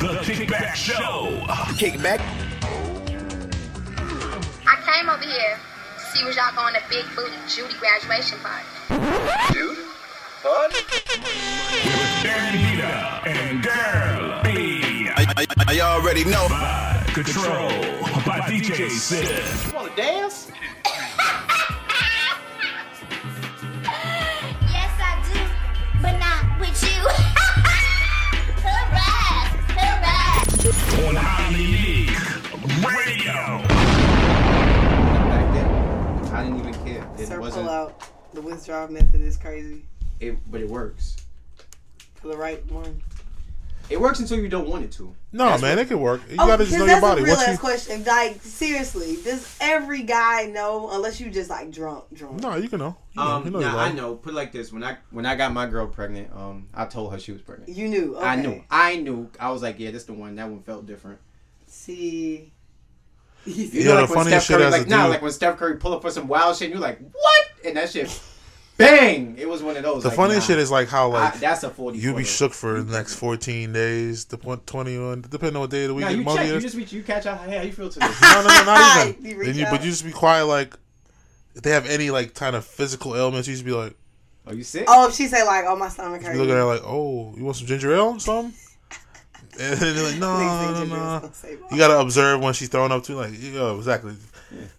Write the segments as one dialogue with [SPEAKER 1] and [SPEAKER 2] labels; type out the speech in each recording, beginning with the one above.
[SPEAKER 1] The Kickback Show.
[SPEAKER 2] Kickback.
[SPEAKER 3] I came over here to see was y'all going to Big Booty Judy graduation party.
[SPEAKER 4] Dude? Bud?
[SPEAKER 1] Danny Vita and Girl B.
[SPEAKER 2] I, I, I already know.
[SPEAKER 1] By Control by DJ Sid.
[SPEAKER 4] You wanna dance?
[SPEAKER 5] Yes, I do, but not with you. hurrah! Hurrah!
[SPEAKER 1] On Holly League Radio.
[SPEAKER 4] Back then, I didn't even care. It
[SPEAKER 6] Sir,
[SPEAKER 4] wasn't.
[SPEAKER 6] pull out. The withdrawal method is crazy
[SPEAKER 4] It, but it works.
[SPEAKER 6] for the right one.
[SPEAKER 4] It works until you don't want it to.
[SPEAKER 7] No, man, it could work. You
[SPEAKER 6] Oh,
[SPEAKER 7] gotta just
[SPEAKER 6] because
[SPEAKER 7] know
[SPEAKER 6] that's
[SPEAKER 7] your body.
[SPEAKER 6] a real
[SPEAKER 7] What
[SPEAKER 6] ass
[SPEAKER 7] you?
[SPEAKER 6] question. Like seriously, does every guy know unless you just like drunk, drunk?
[SPEAKER 7] No, you can know. You, know,
[SPEAKER 4] Um,
[SPEAKER 7] you know your
[SPEAKER 4] nah, I
[SPEAKER 7] body.
[SPEAKER 4] know. Put it like this: when I when I got my girl pregnant, um, I told her she was pregnant.
[SPEAKER 6] You knew. Okay.
[SPEAKER 4] I knew. I knew. I was like, yeah, this the one. That one felt different.
[SPEAKER 6] See.
[SPEAKER 7] You know, the
[SPEAKER 4] when
[SPEAKER 7] funniest
[SPEAKER 4] Steph
[SPEAKER 7] shit
[SPEAKER 4] Curry,
[SPEAKER 7] as a
[SPEAKER 4] like, nah,
[SPEAKER 7] dude-
[SPEAKER 4] like when Steph Curry pull up for some wild shit, and you're like, what? And that shit, bang! It was one of those.
[SPEAKER 7] The
[SPEAKER 4] like,
[SPEAKER 7] funniest
[SPEAKER 4] nah,
[SPEAKER 7] shit is like how
[SPEAKER 4] I,
[SPEAKER 7] like
[SPEAKER 4] that's a forty.
[SPEAKER 7] you be
[SPEAKER 4] footer.
[SPEAKER 7] shook for the next fourteen days, the point twenty one, depending on what day of the week
[SPEAKER 4] Nah,
[SPEAKER 7] your
[SPEAKER 4] you
[SPEAKER 7] month
[SPEAKER 4] check. You
[SPEAKER 7] is.
[SPEAKER 4] just reach. You catch out. Hey, how you feel today?
[SPEAKER 7] No, no, no, not even.
[SPEAKER 6] You
[SPEAKER 7] then
[SPEAKER 6] reach
[SPEAKER 7] you,
[SPEAKER 6] out.
[SPEAKER 7] but you just be quiet. Like if they have any like kind of physical ailments, you just be like,
[SPEAKER 4] Are you sick?
[SPEAKER 6] Oh, if she say like, "Oh, my stomach
[SPEAKER 7] you
[SPEAKER 6] hurts."
[SPEAKER 7] look at her like, oh, you want some ginger ale or something? And they're like, no, no, no. You gotta observe when she's throwing up too. Like, yeah, exactly.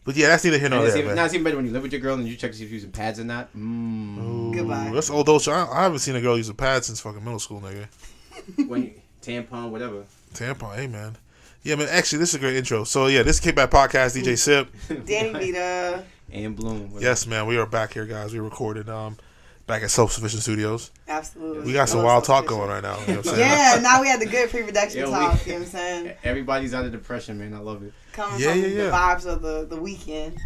[SPEAKER 7] But Oh, yeah, that's neither here
[SPEAKER 4] And
[SPEAKER 7] nor
[SPEAKER 4] it's
[SPEAKER 7] there,
[SPEAKER 4] even,
[SPEAKER 7] man.
[SPEAKER 4] now it's even better when you live with your girl and you check to see if she's using pads or not. Mm.
[SPEAKER 7] Ooh,
[SPEAKER 6] Goodbye.
[SPEAKER 7] That's old old. shit. I, I haven't seen a girl use a pad since fucking middle school, nigga.
[SPEAKER 4] Mm. when you, tampon, whatever.
[SPEAKER 7] Tampon, hey man. Yeah, man. Actually, this is a great intro. So yeah, this is Kickback Podcast, DJ Sip.
[SPEAKER 6] Danny Vita.
[SPEAKER 4] And Bloom. whatever.
[SPEAKER 7] Yes, man. We are back here, guys. We recorded um back at Self Sufficient Studios.
[SPEAKER 6] Absolutely.
[SPEAKER 7] We got some
[SPEAKER 6] Love
[SPEAKER 7] wild talk
[SPEAKER 6] self-sufficient.
[SPEAKER 7] going right now. You know what I'm saying?
[SPEAKER 6] Yeah, now we had the good pre-production
[SPEAKER 4] Yeah, we-
[SPEAKER 6] talk. You know what I'm saying?
[SPEAKER 4] Everybody's out of depression, man. I love it.
[SPEAKER 6] Coming
[SPEAKER 7] Yeah,
[SPEAKER 6] from
[SPEAKER 7] yeah,
[SPEAKER 6] the
[SPEAKER 7] yeah.
[SPEAKER 6] vibes of the, the weekend.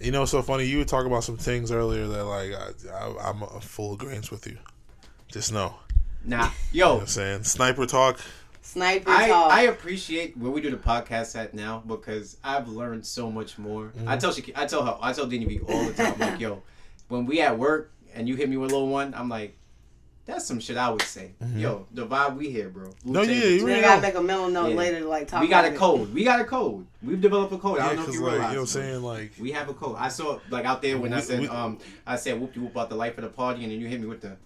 [SPEAKER 7] You know, it's so funny. You were talking about some things earlier that like I, I, I'm a full agreement with you. Just know. You know
[SPEAKER 4] Nah, yo,
[SPEAKER 7] what I'm saying sniper talk.
[SPEAKER 6] Sniper
[SPEAKER 4] I,
[SPEAKER 6] talk.
[SPEAKER 4] I appreciate where we do the podcast at now because I've learned so much more.
[SPEAKER 7] Mm-hmm.
[SPEAKER 4] I tell Shaki, I tell her, I tell Denny B all the time, like, yo, when we at work and you hit me with a little one, I'm like, that's some shit I would say. Yo, the vibe we here, bro. Blue
[SPEAKER 7] Mm-hmm. No,
[SPEAKER 4] tape.
[SPEAKER 7] yeah, you
[SPEAKER 6] we
[SPEAKER 7] really
[SPEAKER 6] gotta
[SPEAKER 7] know.
[SPEAKER 6] make a mental note
[SPEAKER 4] Yeah.
[SPEAKER 6] later to like talk.
[SPEAKER 4] we got a
[SPEAKER 6] about it.
[SPEAKER 4] code. We got a code. We've developed a code. I
[SPEAKER 7] Yeah,
[SPEAKER 4] don't know if
[SPEAKER 7] because
[SPEAKER 4] you
[SPEAKER 7] like you know
[SPEAKER 4] realize.
[SPEAKER 7] what I'm
[SPEAKER 4] man.
[SPEAKER 7] saying. Like
[SPEAKER 4] We have a code. I saw like out there when I
[SPEAKER 7] We-
[SPEAKER 4] said
[SPEAKER 7] we-
[SPEAKER 4] um I said whoop de whoop out the life of the party and then you hit me with the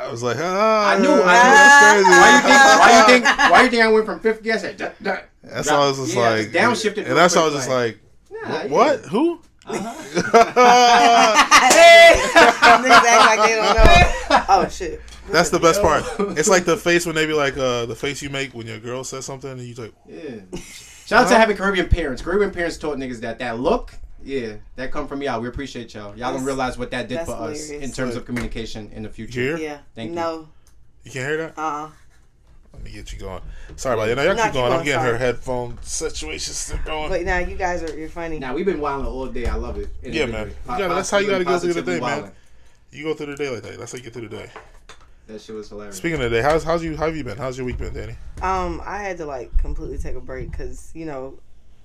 [SPEAKER 7] I was like, ah,
[SPEAKER 4] I knew, I knew.
[SPEAKER 7] that's crazy.
[SPEAKER 4] why you think why you think why you think I went from fifth guess at that, that
[SPEAKER 7] That's how I was just
[SPEAKER 4] Yeah,
[SPEAKER 7] like
[SPEAKER 4] downshifted
[SPEAKER 7] and that's how I was
[SPEAKER 4] real
[SPEAKER 7] just
[SPEAKER 4] quick,
[SPEAKER 7] like,
[SPEAKER 4] nah, yeah.
[SPEAKER 7] what? Who?
[SPEAKER 4] Uh-huh.
[SPEAKER 6] Niggas act like they don't know. Oh shit.
[SPEAKER 7] That's the best part. It's like the face when they be like, uh, the face you make when your girl says something, and you like,
[SPEAKER 4] Yeah. Shout out to having Caribbean parents. Caribbean parents taught niggas that that look, yeah, that come from y'all. We appreciate y'all. Y'all don't
[SPEAKER 6] That's-
[SPEAKER 4] realize what that did for
[SPEAKER 6] that's
[SPEAKER 4] us in
[SPEAKER 6] hilarious.
[SPEAKER 4] terms of communication in the future.
[SPEAKER 7] Here?
[SPEAKER 6] Yeah.
[SPEAKER 4] Thank you.
[SPEAKER 6] no.
[SPEAKER 7] you can't hear that.
[SPEAKER 6] Uh. uh
[SPEAKER 7] Let me get you going. Sorry about that. Now y'all
[SPEAKER 6] No,
[SPEAKER 7] keep
[SPEAKER 6] keep
[SPEAKER 7] going. I'm
[SPEAKER 6] going.
[SPEAKER 7] getting her
[SPEAKER 6] Sorry.
[SPEAKER 7] headphone situation still going.
[SPEAKER 6] But now you guys are you're funny.
[SPEAKER 4] Now we've been wilding all day. I love it. In a
[SPEAKER 7] Yeah,
[SPEAKER 4] good
[SPEAKER 7] man.
[SPEAKER 4] way.
[SPEAKER 7] You gotta- that's how you gotta go through the
[SPEAKER 4] Positively
[SPEAKER 7] day, man.
[SPEAKER 4] wilding.
[SPEAKER 7] You go through the day like that. That's how you get through the day.
[SPEAKER 4] That shit was hilarious.
[SPEAKER 7] Speaking of the day, how's how's you how have you been? How's your week been, Danny?
[SPEAKER 6] Um, I had to like completely take a break because you know,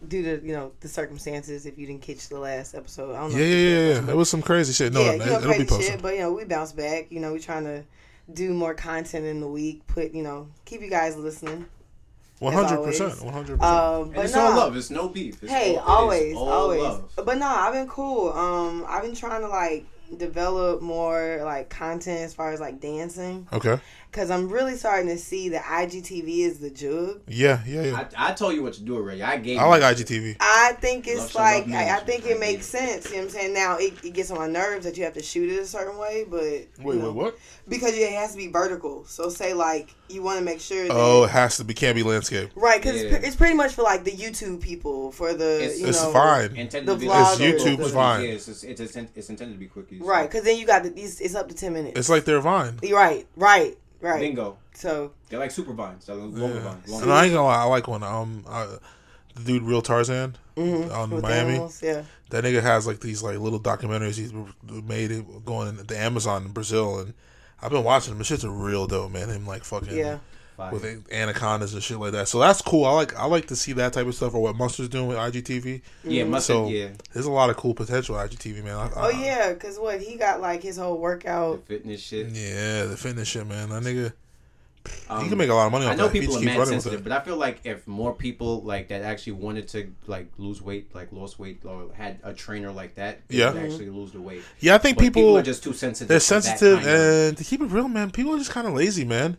[SPEAKER 6] due to you know the circumstances. If you didn't catch the last episode, I don't know.
[SPEAKER 7] Yeah,
[SPEAKER 6] if you
[SPEAKER 7] yeah,
[SPEAKER 6] did,
[SPEAKER 7] yeah,
[SPEAKER 6] but-
[SPEAKER 7] yeah. It was some crazy shit. No,
[SPEAKER 6] yeah,
[SPEAKER 7] it,
[SPEAKER 6] you know,
[SPEAKER 7] will be
[SPEAKER 6] crazy
[SPEAKER 7] posted.
[SPEAKER 6] shit, but you know, we bounce back. You know, we trying to do more content in the week. Put you know, keep you guys listening.
[SPEAKER 7] One
[SPEAKER 6] as
[SPEAKER 7] hundred percent.
[SPEAKER 6] always.
[SPEAKER 7] One hundred percent.
[SPEAKER 6] Um,
[SPEAKER 4] and
[SPEAKER 6] but
[SPEAKER 4] it's
[SPEAKER 6] no,
[SPEAKER 4] all love. It's no beef. It's all- it
[SPEAKER 6] hey,
[SPEAKER 4] is
[SPEAKER 6] always,
[SPEAKER 4] all
[SPEAKER 6] always.
[SPEAKER 4] love.
[SPEAKER 6] But no, I've been cool. Um, I've been trying to like develop more like content as far as like dancing
[SPEAKER 7] Okay.
[SPEAKER 6] because I'm really starting to see that IGTV is the jug.
[SPEAKER 7] Yeah, yeah, yeah.
[SPEAKER 4] I, I told you what to do already. I gave.
[SPEAKER 7] I
[SPEAKER 4] you
[SPEAKER 7] like
[SPEAKER 4] that shit.
[SPEAKER 7] IGTV.
[SPEAKER 6] I think
[SPEAKER 4] Love
[SPEAKER 6] it's
[SPEAKER 4] to love
[SPEAKER 6] like I, I
[SPEAKER 4] management.
[SPEAKER 6] think
[SPEAKER 4] I
[SPEAKER 6] it makes
[SPEAKER 4] get
[SPEAKER 6] sense. You know what I'm saying? Now it, it gets on my nerves that you have to shoot it a certain way, but wait,
[SPEAKER 7] Wait, wait, what?
[SPEAKER 6] Because it has to be vertical. So say like you want to make sure. That,
[SPEAKER 7] Oh, it has to be can't be landscape.
[SPEAKER 6] right, because
[SPEAKER 4] Yeah.
[SPEAKER 6] it's, pretty much for like the YouTube people for the
[SPEAKER 4] It's-
[SPEAKER 6] you
[SPEAKER 7] It's
[SPEAKER 6] know
[SPEAKER 7] fine.
[SPEAKER 4] And technically,
[SPEAKER 6] The
[SPEAKER 4] that's-
[SPEAKER 6] vlog
[SPEAKER 7] It's YouTube's vine.
[SPEAKER 4] Yeah, it's, it's, it's, it's intended to be quickies.
[SPEAKER 6] right. Because then you got the, these. It's up to ten minutes.
[SPEAKER 7] It's like their vine.
[SPEAKER 6] You're right, right, right.
[SPEAKER 4] Bingo.
[SPEAKER 6] So
[SPEAKER 4] They're like super vines. They're like longer
[SPEAKER 7] Yeah.
[SPEAKER 4] vines.
[SPEAKER 7] And I ain't gonna lie, I like one. Um, I, the dude, real Tarzan,
[SPEAKER 4] Mm-hmm.
[SPEAKER 7] on
[SPEAKER 6] with the
[SPEAKER 7] Miami.
[SPEAKER 6] animals, yeah.
[SPEAKER 7] That nigga has like these like little documentaries he's made it going to Amazon in Brazil, and I've been watching them. The shit's are real dope, man. Him like fucking
[SPEAKER 6] Yeah.
[SPEAKER 7] with anacondas and shit like that. So that's cool. I like I like to see that type of stuff or what Mustard's doing with IGTV.
[SPEAKER 6] Mm-hmm.
[SPEAKER 4] Yeah, must
[SPEAKER 7] So
[SPEAKER 4] yeah.
[SPEAKER 7] there's a lot of cool potential with IGTV, man. I,
[SPEAKER 6] Oh yeah, because what he got like his whole
[SPEAKER 4] The
[SPEAKER 6] workout.
[SPEAKER 4] fitness shit.
[SPEAKER 7] yeah, the fitness shit, man. That nigga
[SPEAKER 4] Um,
[SPEAKER 7] you can make a lot of money off
[SPEAKER 4] I know
[SPEAKER 7] that. if you
[SPEAKER 4] people are
[SPEAKER 7] just keep
[SPEAKER 4] mad
[SPEAKER 7] running with
[SPEAKER 4] sensitive,
[SPEAKER 7] it.
[SPEAKER 4] but I feel like if more people like that actually wanted to like lose weight, like lost weight, or had a trainer like that, they
[SPEAKER 7] Yeah.
[SPEAKER 4] would actually lose the weight.
[SPEAKER 7] Yeah, I think
[SPEAKER 4] But people,
[SPEAKER 7] people
[SPEAKER 4] are just too sensitive.
[SPEAKER 7] they're
[SPEAKER 4] to that
[SPEAKER 7] sensitive
[SPEAKER 4] kind of-
[SPEAKER 7] and to keep it real, man, people are just kind of lazy, man.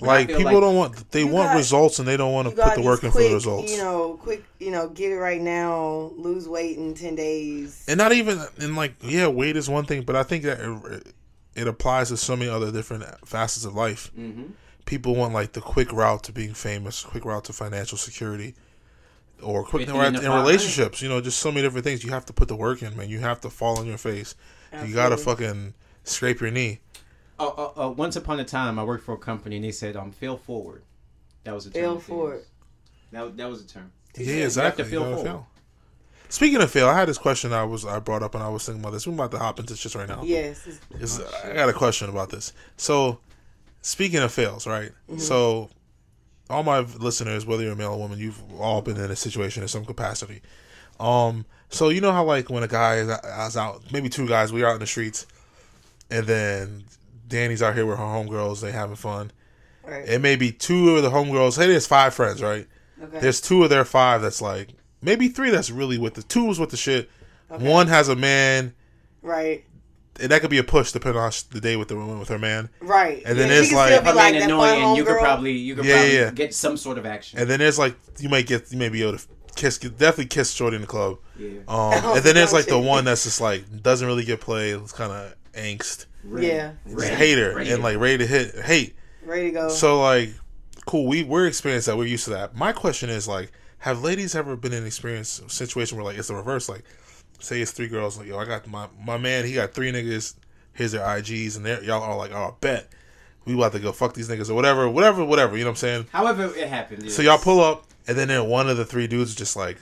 [SPEAKER 4] I
[SPEAKER 7] Like
[SPEAKER 4] feel
[SPEAKER 7] people
[SPEAKER 4] like-
[SPEAKER 7] don't want they
[SPEAKER 6] You
[SPEAKER 7] want
[SPEAKER 6] got-
[SPEAKER 7] results and they don't want to
[SPEAKER 6] You gotta
[SPEAKER 7] put the
[SPEAKER 6] just
[SPEAKER 7] work in for
[SPEAKER 6] quick,
[SPEAKER 7] the results.
[SPEAKER 6] You know, quick. You know, get it right now. Lose weight in ten days.
[SPEAKER 7] and not even and like yeah, weight is one thing, but I think that it, it applies to so many other different facets of life.
[SPEAKER 4] Mm-hmm.
[SPEAKER 7] People want like the quick route to being famous, quick route to financial security, or quick
[SPEAKER 4] Fifty
[SPEAKER 7] route
[SPEAKER 4] in
[SPEAKER 7] in
[SPEAKER 4] the five.
[SPEAKER 7] relationships. You know, just so many different things. You have to put the work in, man. You have to fall on your face. You gotta fucking scrape your knee.
[SPEAKER 4] Oh, oh, oh, once upon a time, I worked for a company and they said, "Um, fail forward." That was a term.
[SPEAKER 6] Fail
[SPEAKER 4] that they
[SPEAKER 6] forward.
[SPEAKER 4] used. That that was a term.
[SPEAKER 7] Yeah,
[SPEAKER 4] you have to
[SPEAKER 7] exactly. You
[SPEAKER 4] feel
[SPEAKER 7] gotta
[SPEAKER 4] forward.
[SPEAKER 7] feel. Speaking of fail, I had this question I was I brought up and I was thinking about this. We're about to hop into this just right now.
[SPEAKER 6] Yes. it's-
[SPEAKER 7] It's- I got a question about this. So, speaking of fails, right?
[SPEAKER 4] Mm-hmm.
[SPEAKER 7] So, all my listeners, whether you're a male or woman, you've all been in a situation in some capacity. Um, so you know how like when a guy is I was out, maybe two guys, we are out in the streets, and then Danny's out here with her homegirls, they having fun.
[SPEAKER 6] Right.
[SPEAKER 7] It may be two of the homegirls. Hey, there's five friends, right?
[SPEAKER 6] Okay.
[SPEAKER 7] There's two of their five that's like maybe three that's really with the two was with the shit. One has a man,
[SPEAKER 6] right.
[SPEAKER 7] and that could be a push depending on the day with the woman with her man.
[SPEAKER 6] Right.
[SPEAKER 7] And then
[SPEAKER 6] she
[SPEAKER 7] it's
[SPEAKER 6] can
[SPEAKER 7] like-
[SPEAKER 6] still
[SPEAKER 4] If
[SPEAKER 6] be
[SPEAKER 4] I'm
[SPEAKER 6] like,
[SPEAKER 4] being
[SPEAKER 6] that
[SPEAKER 4] annoying,
[SPEAKER 6] fun
[SPEAKER 4] you could
[SPEAKER 6] homegirl.
[SPEAKER 4] probably you could
[SPEAKER 7] Yeah,
[SPEAKER 4] probably
[SPEAKER 7] yeah.
[SPEAKER 4] get some sort of action.
[SPEAKER 7] And then there's like you might get you may be able to kiss definitely kiss Shorty in the club.
[SPEAKER 4] Yeah.
[SPEAKER 7] Um, and then there's like the one that's just like doesn't really get played. It's kind of angst,
[SPEAKER 6] Yeah.
[SPEAKER 4] Ready,
[SPEAKER 7] hater,
[SPEAKER 4] ready.
[SPEAKER 7] and like ready to hit hate.
[SPEAKER 6] Ready to go.
[SPEAKER 7] So like, cool. We we're experienced that. We're used to that. My question is like, have ladies ever been in an experience situation where like it's the reverse? Like, say it's three girls. Like, yo, I got my my man. He got three niggas. Here's their IGs, and they y'all are like, oh, bet we about to go fuck these niggas or whatever, whatever, whatever. You know what I'm saying?
[SPEAKER 4] However, it happened. yeah.
[SPEAKER 7] So y'all pull up, and then there one of the three dudes just like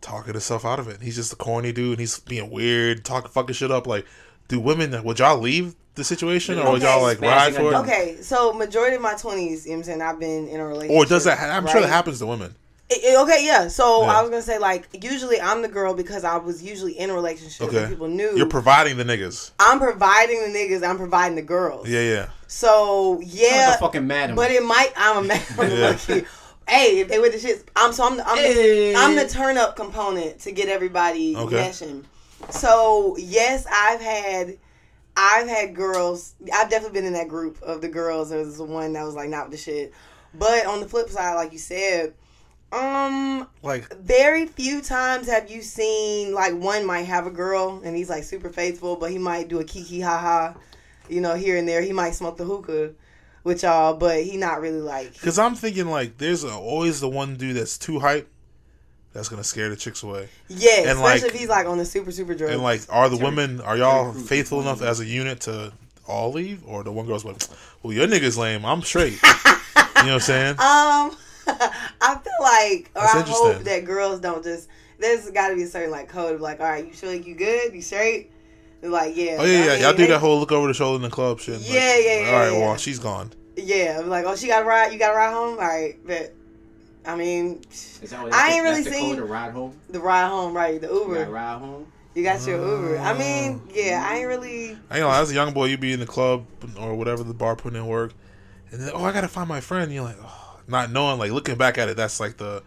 [SPEAKER 7] talking himself out of it. He's just a corny dude, and he's being weird, talking fucking shit up. Like, do women would y'all leave the situation, or would y'all like
[SPEAKER 4] Okay.
[SPEAKER 7] ride for it?
[SPEAKER 6] Okay, so majority of my twenties, you know what I'm saying, I've been in a relationship.
[SPEAKER 7] Or does that? ha- I'm sure that
[SPEAKER 6] right?
[SPEAKER 7] happens to women.
[SPEAKER 6] It- it- okay, yeah. So
[SPEAKER 7] Yeah.
[SPEAKER 6] I was gonna say like usually I'm the girl because I was usually in a relationship.
[SPEAKER 7] Okay,
[SPEAKER 6] and people knew
[SPEAKER 7] you're providing the niggas.
[SPEAKER 6] I'm providing the niggas, I'm providing the girls.
[SPEAKER 7] Yeah, yeah.
[SPEAKER 6] So
[SPEAKER 4] I'm
[SPEAKER 6] yeah,
[SPEAKER 4] like a fucking madam.
[SPEAKER 6] but it might. I'm a man.
[SPEAKER 7] Yeah.
[SPEAKER 6] Look, Hey, if they with the shits, I'm so I'm the, I'm,
[SPEAKER 4] Hey.
[SPEAKER 6] the, I'm the turn up component to get everybody
[SPEAKER 7] Okay.
[SPEAKER 6] meshing. So yes, I've had I've had girls. I've definitely been in that group of the girls. There was the one that was like not with the shit. But on the flip side, like you said, um,
[SPEAKER 7] Like,
[SPEAKER 6] very few times have you seen like one might have a girl and he's like super faithful, but he might do a kiki haha, you know, here and there. He might smoke the hookah with y'all, but he not really like
[SPEAKER 7] cause I'm thinking like, there's a, always the one dude that's too hype, that's gonna scare the chicks away.
[SPEAKER 6] yeah.
[SPEAKER 7] And,
[SPEAKER 6] especially
[SPEAKER 7] like-
[SPEAKER 6] if he's like on the super super drug.
[SPEAKER 7] And like, are the women are y'all faithful enough as a unit to all leave, or the one girl's like, "Well, your nigga's lame. I'm straight." you know what I'm saying?
[SPEAKER 6] um, I feel like, or
[SPEAKER 7] That's
[SPEAKER 6] I
[SPEAKER 7] interesting.
[SPEAKER 6] hope that girls don't just. There's got to be a certain like code of like, all right, you feel like you good, you straight. They're like yeah,
[SPEAKER 7] Oh yeah, yeah.
[SPEAKER 6] I mean,
[SPEAKER 7] Y'all do
[SPEAKER 6] they-
[SPEAKER 7] that whole look over the shoulder in the club shit. like,
[SPEAKER 6] Yeah, yeah, yeah,
[SPEAKER 7] All right,
[SPEAKER 6] yeah.
[SPEAKER 7] well, she's gone.
[SPEAKER 6] yeah. Like oh, she got to ride, you got to ride home. All right, but I mean,
[SPEAKER 4] Is that what-
[SPEAKER 6] I
[SPEAKER 4] that's
[SPEAKER 6] ain't
[SPEAKER 4] the-
[SPEAKER 6] really
[SPEAKER 4] that's the
[SPEAKER 6] seen-
[SPEAKER 4] code to ride home.
[SPEAKER 6] the ride home, right? The
[SPEAKER 4] You
[SPEAKER 6] Uber.
[SPEAKER 4] gotta ride home.
[SPEAKER 6] You got your Uber. I
[SPEAKER 7] Mm.
[SPEAKER 6] mean, yeah, I ain't really.
[SPEAKER 7] I ain't gonna lie, as a young boy, you be in the club or whatever the bar putting in work, and then oh, I gotta find my friend. you're like, oh, not knowing, like looking back at it, that's like the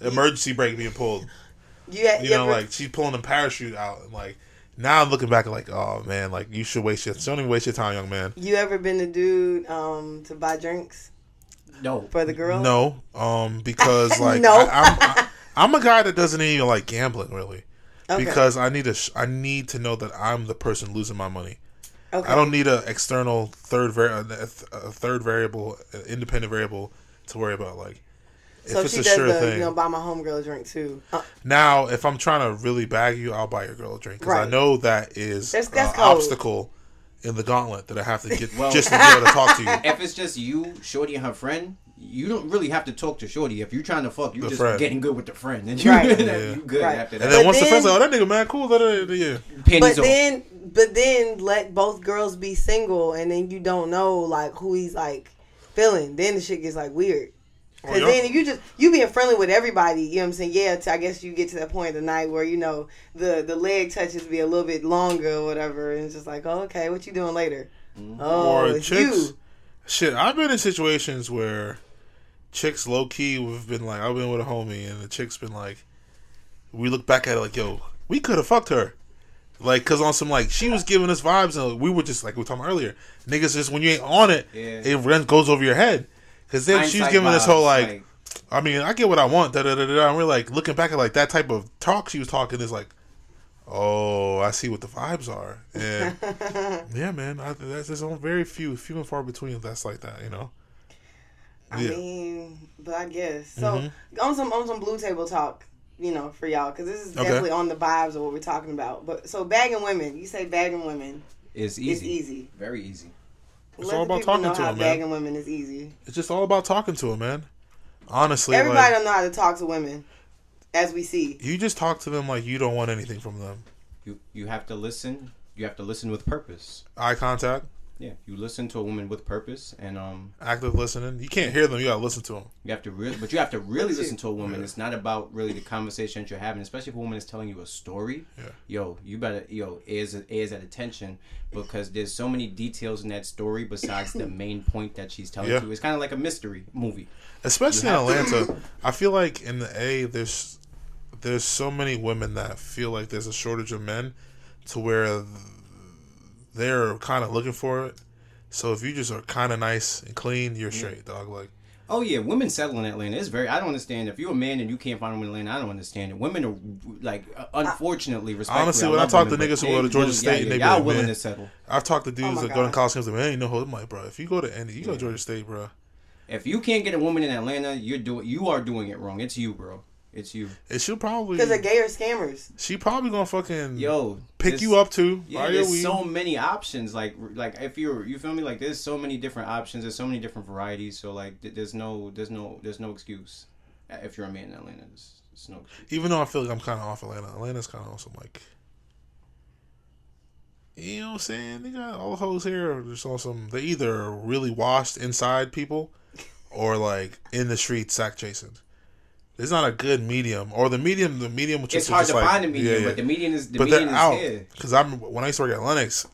[SPEAKER 7] emergency brake being pulled.
[SPEAKER 6] You, had,
[SPEAKER 7] You
[SPEAKER 6] you
[SPEAKER 7] know,
[SPEAKER 6] ever-
[SPEAKER 7] like she's pulling the parachute out, and like now I'm looking back, like oh man, like you should waste your don't even waste your time, young man.
[SPEAKER 6] you ever been a dude um to buy drinks
[SPEAKER 4] No.
[SPEAKER 6] for the girl?
[SPEAKER 7] No, um, because like
[SPEAKER 6] No.
[SPEAKER 7] I, I'm, I, I'm a guy that doesn't even like gambling really,
[SPEAKER 6] Okay.
[SPEAKER 7] because I need to sh- I need to know that I'm the person losing my money.
[SPEAKER 6] okay.
[SPEAKER 7] I don't need a external third var- a, th- a third variable, a independent variable to worry about. Like
[SPEAKER 6] So
[SPEAKER 7] if it's
[SPEAKER 6] she
[SPEAKER 7] a
[SPEAKER 6] does
[SPEAKER 7] sure
[SPEAKER 6] the
[SPEAKER 7] thing.
[SPEAKER 6] you know buy my homegirl a drink too. Uh,
[SPEAKER 7] now, if I'm trying to really bag you, I'll buy your girl a drink because I
[SPEAKER 6] Right.
[SPEAKER 7] know that is
[SPEAKER 6] That's-
[SPEAKER 7] an
[SPEAKER 6] that's cold.
[SPEAKER 7] obstacle in the gauntlet that I have to get
[SPEAKER 4] Well-
[SPEAKER 7] just to be able to talk to you.
[SPEAKER 4] If it's just you, Shorty, and her friend, you don't really have to talk to Shorty. If you're trying to fuck, you're
[SPEAKER 7] The
[SPEAKER 4] just
[SPEAKER 7] friend.
[SPEAKER 4] getting good with the friend, and you,
[SPEAKER 6] Right.
[SPEAKER 7] Yeah.
[SPEAKER 4] you good
[SPEAKER 6] Right.
[SPEAKER 4] after
[SPEAKER 7] And
[SPEAKER 4] that.
[SPEAKER 7] then
[SPEAKER 6] But
[SPEAKER 7] once the friends,
[SPEAKER 6] then-
[SPEAKER 7] like, oh that nigga man, cool, da, da, da, da, yeah.
[SPEAKER 4] Pennies
[SPEAKER 6] but
[SPEAKER 4] off.
[SPEAKER 6] then, but then let both girls be single, and then you don't know like who he's like feeling. Then the shit gets like weird. Cause
[SPEAKER 7] Oh, yeah.
[SPEAKER 6] then you just you being friendly with everybody, you know what I'm saying? Yeah, t- I guess you get to that point of the night where you know the the leg touches be a little bit longer or whatever, and it's just like, oh, okay, what you doing later? Oh,
[SPEAKER 7] Mm-hmm. or
[SPEAKER 6] it's
[SPEAKER 7] chicks.
[SPEAKER 6] you.
[SPEAKER 7] Shit, I've been in situations where chicks low key have been like, I've been with a homie, and the chick's been like, we look back at it like, yo, we could have fucked her. Like, cause on some like, she was giving us vibes, and we were just like we were talking about earlier, niggas just when you ain't on it,
[SPEAKER 4] Yeah.
[SPEAKER 7] it runs goes over your head. Cause then she's
[SPEAKER 4] Hindsight
[SPEAKER 7] giving this whole
[SPEAKER 4] vibes,
[SPEAKER 7] like, I mean, I get what I want, da da da da, da. And we're like looking back at like that type of talk she was talking is like, oh, I see what the vibes are. And yeah, man, I, that's there's only very few, few and far between that's like that, you know.
[SPEAKER 6] I
[SPEAKER 7] yeah, Mm-hmm.
[SPEAKER 6] mean, but I guess so. On some on some blue table talk, you know, for y'all, because this is
[SPEAKER 7] Okay.
[SPEAKER 6] definitely on the vibes of what we're talking about. But so bagging women, you say bagging women
[SPEAKER 4] It's
[SPEAKER 6] is
[SPEAKER 4] easy.
[SPEAKER 6] easy.
[SPEAKER 4] Very easy.
[SPEAKER 7] it's
[SPEAKER 6] Let
[SPEAKER 7] all
[SPEAKER 6] the
[SPEAKER 7] about
[SPEAKER 6] people
[SPEAKER 7] talking
[SPEAKER 6] know
[SPEAKER 7] to
[SPEAKER 6] how
[SPEAKER 7] them, man.
[SPEAKER 6] Bagging women is easy.
[SPEAKER 7] It's just all about talking to them, man. Honestly,
[SPEAKER 6] Everybody
[SPEAKER 7] like,
[SPEAKER 6] don't know how to talk to women, as we see.
[SPEAKER 7] you just talk to them like you don't want anything from them.
[SPEAKER 4] You you have to listen. You have to listen with purpose.
[SPEAKER 7] Eye contact,
[SPEAKER 4] Yeah, you listen to a woman with purpose, and um,
[SPEAKER 7] active listening. You can't hear them; you gotta listen to them.
[SPEAKER 4] you have to really, but you have to really listen to a woman. It's not about really the conversation that you're having, especially if a woman is telling you a story.
[SPEAKER 7] Yeah.
[SPEAKER 4] Yo, you better yo ears ears at attention because there's so many details in that story besides the main point that she's telling
[SPEAKER 7] Yeah.
[SPEAKER 4] you. It's kind of like a mystery movie.
[SPEAKER 7] especially in
[SPEAKER 4] You have
[SPEAKER 7] Atlanta. I feel like in the A, there's there's so many women that feel like there's a shortage of men, to where they're kind of looking for it. So if you just are kind of nice and clean, you're straight, dog. Like
[SPEAKER 4] Oh yeah, women settle in Atlanta. It's very. I don't understand. If you're a man and you can't find a woman in Atlanta, I don't understand it. Women are like, uh, unfortunately, respectfully.
[SPEAKER 7] honestly,
[SPEAKER 4] I
[SPEAKER 7] when I
[SPEAKER 4] love
[SPEAKER 7] talk to
[SPEAKER 4] women, but
[SPEAKER 7] niggas who go to
[SPEAKER 4] they
[SPEAKER 7] Georgia
[SPEAKER 4] willing-
[SPEAKER 7] State,
[SPEAKER 4] yeah,
[SPEAKER 7] they be
[SPEAKER 4] yeah, y'all
[SPEAKER 7] like,
[SPEAKER 4] willing to
[SPEAKER 7] "Man."
[SPEAKER 4] settle.
[SPEAKER 7] I've talked
[SPEAKER 4] Oh
[SPEAKER 7] to dudes
[SPEAKER 6] my
[SPEAKER 7] that go to
[SPEAKER 6] God.
[SPEAKER 7] college games, like, man, you know, I'm like, bro, if you go to any, you go to Georgia State, bro,
[SPEAKER 4] If you can't get a woman in Atlanta, you're doing you are doing it wrong. It's you, bro. It's you.
[SPEAKER 7] and she'll probably,
[SPEAKER 6] Because they're gay or scammers.
[SPEAKER 7] she probably gonna fucking
[SPEAKER 4] Yo,
[SPEAKER 7] pick
[SPEAKER 4] this-
[SPEAKER 7] you up too.
[SPEAKER 4] Yeah,
[SPEAKER 7] buy your
[SPEAKER 4] there's
[SPEAKER 7] weed.
[SPEAKER 4] so many options. Like, like if you're, you feel me? Like, there's so many different options. There's so many different varieties. So like, th- there's no, there's no, there's no excuse. Uh, If you're a man in Atlanta, there's, there's no. Excuse.
[SPEAKER 7] Even though I feel like I'm kind of off Atlanta. Atlanta's kind of also like, you know what I'm saying? They got all the hoes here. Are just on some. They either really washed inside people, or like in the street sack chasing. There's not a good medium, or the medium. The medium which
[SPEAKER 4] It's
[SPEAKER 7] is
[SPEAKER 4] hard
[SPEAKER 7] just
[SPEAKER 4] to
[SPEAKER 7] like-
[SPEAKER 4] find a median,
[SPEAKER 7] yeah, yeah.
[SPEAKER 4] but the median is the
[SPEAKER 7] but
[SPEAKER 4] median
[SPEAKER 7] they're
[SPEAKER 4] is
[SPEAKER 7] out
[SPEAKER 4] here.
[SPEAKER 7] because I'm when I used to work at Lennox,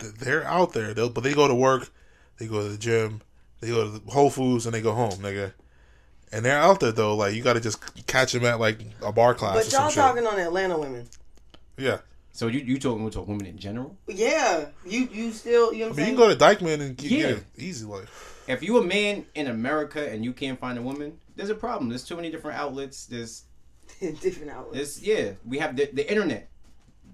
[SPEAKER 7] th- they're out there. They'll, but they go to work, they go to the gym, they go to the Whole Foods, and they go home, nigga. And they're out there though. Like you got to just catch them at like a bar class. or
[SPEAKER 6] But
[SPEAKER 7] some
[SPEAKER 6] y'all
[SPEAKER 7] shit.
[SPEAKER 6] talking on Atlanta women.
[SPEAKER 7] Yeah,
[SPEAKER 4] So you you talking to a woman in general?
[SPEAKER 6] Yeah, you you still you know what
[SPEAKER 7] I mean you
[SPEAKER 6] I'm
[SPEAKER 7] can
[SPEAKER 6] saying.
[SPEAKER 7] go to Dykeman and get,
[SPEAKER 4] Yeah.
[SPEAKER 7] get it easy. Like
[SPEAKER 4] If you a man in America and you can't find a woman, there's a problem. There's too many different outlets. There's
[SPEAKER 6] Different outlets.
[SPEAKER 4] there's yeah, we have the, the internet.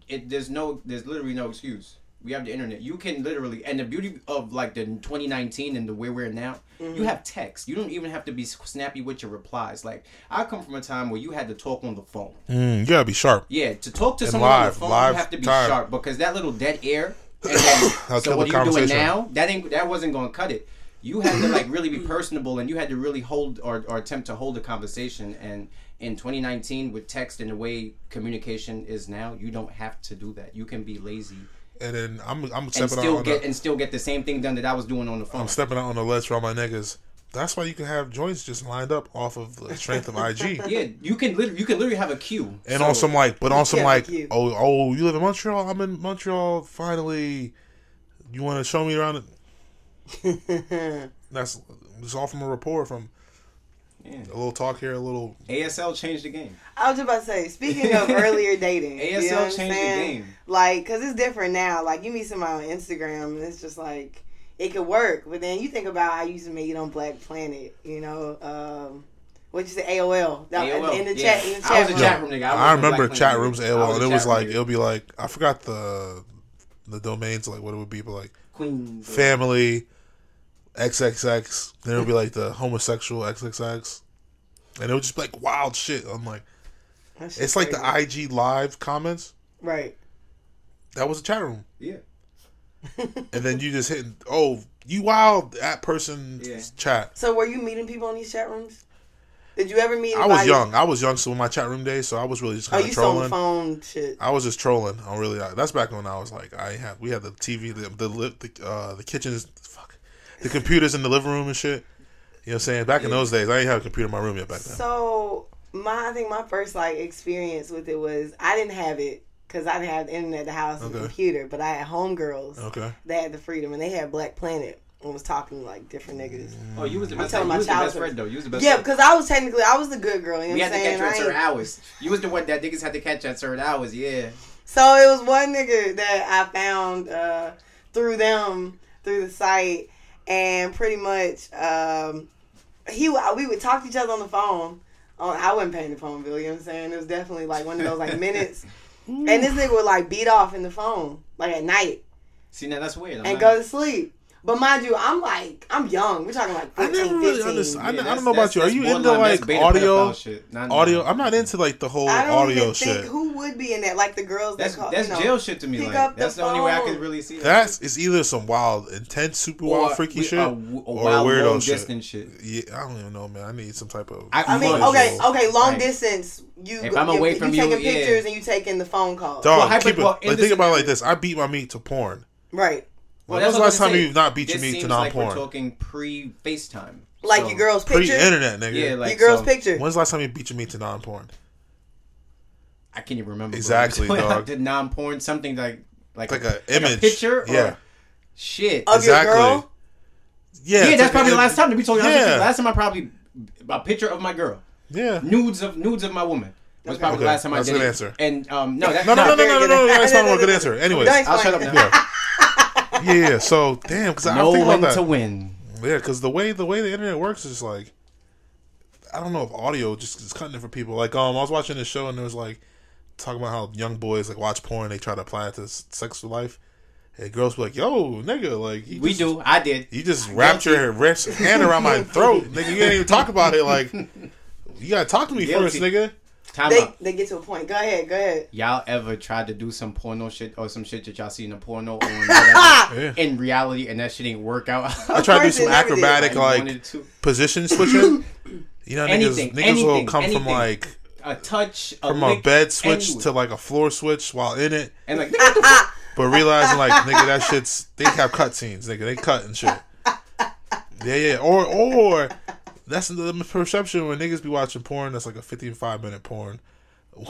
[SPEAKER 4] It there's no there's literally no excuse. We have the internet. You can literally and the beauty of like the 2019 and the where we're now, you have text. You don't even have to be snappy with your replies. Like I come from a time where you had to talk on the phone.
[SPEAKER 7] mm, you gotta be sharp.
[SPEAKER 4] Yeah, to talk to someone on
[SPEAKER 7] live-
[SPEAKER 4] the phone,
[SPEAKER 7] live
[SPEAKER 4] you have to be
[SPEAKER 7] time.
[SPEAKER 4] sharp because that little dead air. And then,
[SPEAKER 7] That'll kill
[SPEAKER 4] so what
[SPEAKER 7] the
[SPEAKER 4] are you doing
[SPEAKER 7] conversation.
[SPEAKER 4] now? That ain't that wasn't going to cut it. You had to like really be personable, and you had to really hold or, or attempt to hold a conversation. And in 2019, with text and the way communication is now, you don't have to do that. You can be lazy
[SPEAKER 7] And then I'm I'm
[SPEAKER 4] and
[SPEAKER 7] stepping out
[SPEAKER 4] still
[SPEAKER 7] on
[SPEAKER 4] get
[SPEAKER 7] the,
[SPEAKER 4] and still get the same thing done that I was doing on the phone.
[SPEAKER 7] I'm stepping out on the ledge for all my niggas. That's why you can have joints just lined up off of the strength of IG.
[SPEAKER 4] yeah, you can literally you can literally have a queue.
[SPEAKER 7] And
[SPEAKER 4] So-
[SPEAKER 7] on some like, but on some
[SPEAKER 6] Yeah,
[SPEAKER 7] like,
[SPEAKER 6] thank you.
[SPEAKER 7] oh, oh, you live in Montreal. I'm in Montreal. Finally, you want to show me around? It? That's it's all from a report from
[SPEAKER 4] Yeah.
[SPEAKER 7] a little talk here, a little.
[SPEAKER 4] ASL changed the game.
[SPEAKER 6] I was just about to say. Speaking of earlier dating,
[SPEAKER 4] ASL
[SPEAKER 6] you know what I'm
[SPEAKER 4] changed the
[SPEAKER 6] saying?
[SPEAKER 4] game.
[SPEAKER 6] Like, cause it's different now. Like, you meet somebody on Instagram, and it's just like it could work. But then you think about how you used to meet on Black Planet. You know, um, what you say, AOL. That-
[SPEAKER 4] AOL,
[SPEAKER 6] in the
[SPEAKER 4] yeah.
[SPEAKER 6] chat, in the
[SPEAKER 4] I
[SPEAKER 6] chat,
[SPEAKER 4] was a
[SPEAKER 6] room.
[SPEAKER 4] chat room nigga.
[SPEAKER 7] I,
[SPEAKER 4] was a
[SPEAKER 7] remember
[SPEAKER 4] black
[SPEAKER 7] chat
[SPEAKER 4] man.
[SPEAKER 7] rooms
[SPEAKER 4] I
[SPEAKER 7] AOL,
[SPEAKER 4] was
[SPEAKER 7] and
[SPEAKER 4] a
[SPEAKER 7] it was
[SPEAKER 4] chat room
[SPEAKER 7] like
[SPEAKER 4] nigga.
[SPEAKER 7] it'll be like I forgot the the domains like what it would be, but like
[SPEAKER 4] Queens.
[SPEAKER 7] family XXX. Then it'll be like the homosexual XXX, and it would just be like wild shit. I'm like,
[SPEAKER 6] That shit's
[SPEAKER 7] it's like
[SPEAKER 6] crazy.
[SPEAKER 7] the IG live comments.
[SPEAKER 6] right.
[SPEAKER 7] That was a chat room.
[SPEAKER 4] Yeah.
[SPEAKER 7] and then you just hit oh you wild that person's
[SPEAKER 4] Yeah.
[SPEAKER 7] chat
[SPEAKER 6] So, were you meeting people in these chat rooms? Did you ever meet?
[SPEAKER 7] i
[SPEAKER 6] Anybody?
[SPEAKER 7] was young i was young so in my chat room days so i was really just
[SPEAKER 6] Oh,
[SPEAKER 7] kind
[SPEAKER 6] you
[SPEAKER 7] of
[SPEAKER 6] still on the
[SPEAKER 7] trolling
[SPEAKER 6] phone? Shit.
[SPEAKER 7] i was just trolling i really I, that's back when i was like i have we had the tv the the, li- the uh the kitchens fuck the computers in the living room and shit you know what i'm saying back in those days i didn't have a computer in my room yet back then
[SPEAKER 6] So my, I think my first like experience with it was I didn't have it because I didn't have the internet at the house and
[SPEAKER 7] Okay. Oh.
[SPEAKER 6] computer, but I had homegirls
[SPEAKER 7] okay
[SPEAKER 6] that had the freedom and they had Black Planet. and was talking to like different niggas.
[SPEAKER 4] Oh, you was the best.
[SPEAKER 6] telling
[SPEAKER 4] You
[SPEAKER 6] my
[SPEAKER 4] was the best
[SPEAKER 6] childhood.
[SPEAKER 4] friend though. You was the best.
[SPEAKER 6] Yeah,
[SPEAKER 4] friend.
[SPEAKER 6] because I was technically I was the good girl. You know
[SPEAKER 4] we
[SPEAKER 6] what
[SPEAKER 4] had to catch
[SPEAKER 6] I'm saying?
[SPEAKER 4] you
[SPEAKER 6] I
[SPEAKER 4] at certain
[SPEAKER 6] ain't-
[SPEAKER 4] hours. You was the one that niggas had to catch at certain hours. Yeah.
[SPEAKER 6] So it was one nigga that I found uh, through them through the site, and pretty much um, he we would talk to each other on the phone. On I wasn't paying the phone bill. You know what I'm saying? It was definitely like one of those like minutes, and this nigga would like beat off in the phone like at night
[SPEAKER 4] See now that's weird. I'm
[SPEAKER 6] and
[SPEAKER 4] not-
[SPEAKER 6] go to sleep. But mind you, I'm like I'm young. We're talking like 14,
[SPEAKER 7] I never really
[SPEAKER 6] 15.
[SPEAKER 7] understood. I,
[SPEAKER 4] Yeah,
[SPEAKER 7] I don't
[SPEAKER 4] that's-
[SPEAKER 7] know about
[SPEAKER 4] that's-
[SPEAKER 7] you. Are
[SPEAKER 4] that's
[SPEAKER 7] you into
[SPEAKER 4] borderline, that's
[SPEAKER 7] like
[SPEAKER 4] beta
[SPEAKER 7] audio?
[SPEAKER 4] pedophile shit. Not-
[SPEAKER 7] Audio? I'm not into like the whole
[SPEAKER 6] I don't
[SPEAKER 7] audio
[SPEAKER 6] even
[SPEAKER 7] shit.
[SPEAKER 6] think who would be in that. Like the girls
[SPEAKER 4] That's
[SPEAKER 6] that call,
[SPEAKER 4] that's
[SPEAKER 6] you know,
[SPEAKER 4] jail shit to me.
[SPEAKER 6] pick
[SPEAKER 4] Like
[SPEAKER 6] up
[SPEAKER 4] that's the, only way I can
[SPEAKER 6] phone.
[SPEAKER 4] really see it.
[SPEAKER 7] That's it's either some wild, intense, super wild, freaky
[SPEAKER 4] we-
[SPEAKER 7] shit,
[SPEAKER 4] a,
[SPEAKER 7] or
[SPEAKER 4] w- a wild long
[SPEAKER 7] weirdo shit.
[SPEAKER 4] distance shit.
[SPEAKER 7] Yeah, I don't even know, man. I need some type of.
[SPEAKER 4] I-
[SPEAKER 6] I mean,
[SPEAKER 4] Long
[SPEAKER 6] okay,
[SPEAKER 4] distance.
[SPEAKER 6] okay, long
[SPEAKER 4] Right.
[SPEAKER 6] distance. You
[SPEAKER 4] If I'm away from you,
[SPEAKER 6] taking
[SPEAKER 4] yeah.
[SPEAKER 6] pictures and you taking the phone calls.
[SPEAKER 7] Dog,
[SPEAKER 4] Well, hyper-
[SPEAKER 7] keep it.
[SPEAKER 4] well, in
[SPEAKER 7] like,
[SPEAKER 4] this
[SPEAKER 7] think about it like
[SPEAKER 4] scenario-
[SPEAKER 7] this. I beat my meat to porn.
[SPEAKER 6] Right,
[SPEAKER 4] Well,
[SPEAKER 7] when was
[SPEAKER 4] that's
[SPEAKER 7] the
[SPEAKER 4] what
[SPEAKER 7] last
[SPEAKER 4] I'm
[SPEAKER 7] time
[SPEAKER 4] saying.
[SPEAKER 7] you've not beat your
[SPEAKER 4] This
[SPEAKER 7] meat to
[SPEAKER 4] seems like
[SPEAKER 7] non-porn?
[SPEAKER 4] We're talking pre FaceTime,
[SPEAKER 6] like
[SPEAKER 4] So-
[SPEAKER 6] your girl's picture.
[SPEAKER 7] Pre-internet, nigga.
[SPEAKER 4] Yeah, like
[SPEAKER 6] your girl's
[SPEAKER 4] so-
[SPEAKER 6] picture.
[SPEAKER 7] When's the last time you beat your meat to non-porn?
[SPEAKER 4] I can't even remember bro.
[SPEAKER 7] Exactly,
[SPEAKER 4] When I
[SPEAKER 7] dog.
[SPEAKER 4] did non-porn something like like
[SPEAKER 7] Like a
[SPEAKER 4] a
[SPEAKER 7] image.
[SPEAKER 4] picture.
[SPEAKER 7] Yeah.
[SPEAKER 4] or shit.
[SPEAKER 6] Of your
[SPEAKER 7] Exactly.
[SPEAKER 6] girl?
[SPEAKER 7] Yeah,
[SPEAKER 4] yeah,
[SPEAKER 7] it's
[SPEAKER 4] that's
[SPEAKER 7] like
[SPEAKER 4] probably
[SPEAKER 7] a-
[SPEAKER 4] the last time. To be totally honest, with
[SPEAKER 7] Yeah.
[SPEAKER 4] you, last time I probably a picture of my girl,
[SPEAKER 7] Yeah.
[SPEAKER 4] nudes of nudes of my woman was probably
[SPEAKER 7] Okay,
[SPEAKER 4] the last time I
[SPEAKER 7] that's a
[SPEAKER 4] did
[SPEAKER 7] good
[SPEAKER 4] it.
[SPEAKER 7] answer.
[SPEAKER 4] And um, no, that's
[SPEAKER 7] No, no,
[SPEAKER 4] not-
[SPEAKER 7] no, no, no, no, no.
[SPEAKER 6] very
[SPEAKER 7] That's
[SPEAKER 6] good.
[SPEAKER 7] not a good answer. Anyways,
[SPEAKER 6] Thanks.
[SPEAKER 4] I'll shut up now.
[SPEAKER 7] yeah, yeah. So damn, because I'm
[SPEAKER 4] No
[SPEAKER 7] thinking
[SPEAKER 4] one
[SPEAKER 7] about
[SPEAKER 4] to
[SPEAKER 7] that.
[SPEAKER 4] win.
[SPEAKER 7] Yeah, because the way the way the internet works is like, I don't know if audio just is cutting it for people. Like, um, I was watching this show and there was like talking about how young boys like watch porn, they try to apply it to s- sexual life, and girls be like, "Yo, nigga, like you
[SPEAKER 4] We
[SPEAKER 7] just,
[SPEAKER 4] do. I did.
[SPEAKER 7] You just wrapped your wrist hand around my throat, nigga. You can't even talk about it. Like, you gotta talk to me
[SPEAKER 4] Guilty.
[SPEAKER 7] first, nigga.
[SPEAKER 4] Time
[SPEAKER 6] They
[SPEAKER 4] out.
[SPEAKER 6] they get to a point. Go ahead, go ahead.
[SPEAKER 4] Y'all ever tried to do some porno shit or some shit that y'all see in a porno or in whatever,
[SPEAKER 7] Yeah.
[SPEAKER 4] in reality and that shit ain't work out?
[SPEAKER 7] I try to do
[SPEAKER 6] Person
[SPEAKER 7] some
[SPEAKER 6] and everything.
[SPEAKER 7] acrobatic
[SPEAKER 4] I
[SPEAKER 7] like
[SPEAKER 4] wanted to.
[SPEAKER 7] position switching. You know,
[SPEAKER 4] Anything,
[SPEAKER 7] niggas, niggas will
[SPEAKER 4] anything,
[SPEAKER 7] come from
[SPEAKER 4] anything.
[SPEAKER 7] like
[SPEAKER 4] a touch, a
[SPEAKER 7] from a
[SPEAKER 4] lick,
[SPEAKER 7] bed switch
[SPEAKER 4] anywhere.
[SPEAKER 7] to like a floor switch while in it,
[SPEAKER 4] and like what the fuck?
[SPEAKER 7] but realizing like nigga that shit's they have cutscenes, nigga they cut and shit. Yeah, yeah, or or that's the perception when niggas be watching porn. That's like a fifty-five minute porn,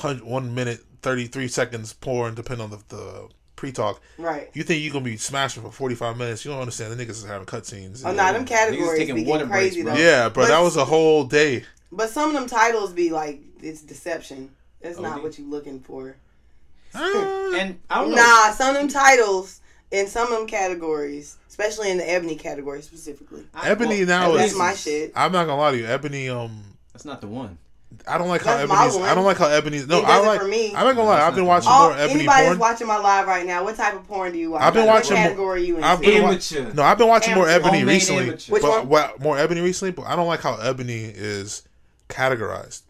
[SPEAKER 7] one, one minute thirty-three seconds porn, depending on the, the pre-talk.
[SPEAKER 6] Right.
[SPEAKER 7] You think you gonna be smashing for forty-five minutes? You don't understand the niggas is having cutscenes.
[SPEAKER 6] Oh, nah, them categories
[SPEAKER 4] taking
[SPEAKER 6] be
[SPEAKER 4] water
[SPEAKER 6] getting
[SPEAKER 4] breaks,
[SPEAKER 6] crazy
[SPEAKER 4] bro.
[SPEAKER 6] though.
[SPEAKER 7] yeah, bro,
[SPEAKER 6] But-
[SPEAKER 7] that was a whole day.
[SPEAKER 6] But some of them titles be like it's deception. That's
[SPEAKER 4] OD.
[SPEAKER 6] not what you looking for.
[SPEAKER 7] Ah.
[SPEAKER 4] and I don't know.
[SPEAKER 6] Nah, some of them titles in some of them categories, especially in the ebony category specifically.
[SPEAKER 4] I-
[SPEAKER 7] Ebony
[SPEAKER 4] well,
[SPEAKER 7] now
[SPEAKER 6] That's
[SPEAKER 7] is-
[SPEAKER 6] my shit.
[SPEAKER 7] I'm not gonna lie to you, Ebony. Um,
[SPEAKER 4] That's not the one.
[SPEAKER 7] I don't like how
[SPEAKER 6] That's my
[SPEAKER 7] Ebony's.
[SPEAKER 6] one.
[SPEAKER 7] I don't like how Ebony's. No,
[SPEAKER 6] It
[SPEAKER 7] I
[SPEAKER 6] does it
[SPEAKER 7] like.
[SPEAKER 6] for me.
[SPEAKER 7] I'm not gonna lie. I've been watching
[SPEAKER 6] All,
[SPEAKER 7] more Ebony
[SPEAKER 6] anybody that's
[SPEAKER 7] porn.
[SPEAKER 6] watching my live right now, what type of porn do you watch?
[SPEAKER 7] I've been
[SPEAKER 6] Like, what
[SPEAKER 7] watching more-
[SPEAKER 6] category you into?
[SPEAKER 7] I've been wa-
[SPEAKER 4] Amateur.
[SPEAKER 7] no, I've been watching more
[SPEAKER 6] Amateur.
[SPEAKER 7] Ebony
[SPEAKER 4] Homemade
[SPEAKER 7] recently.
[SPEAKER 4] amateur.
[SPEAKER 6] Which
[SPEAKER 7] but
[SPEAKER 6] one?
[SPEAKER 7] wa- more Ebony recently, but I don't like how Ebony is categorized.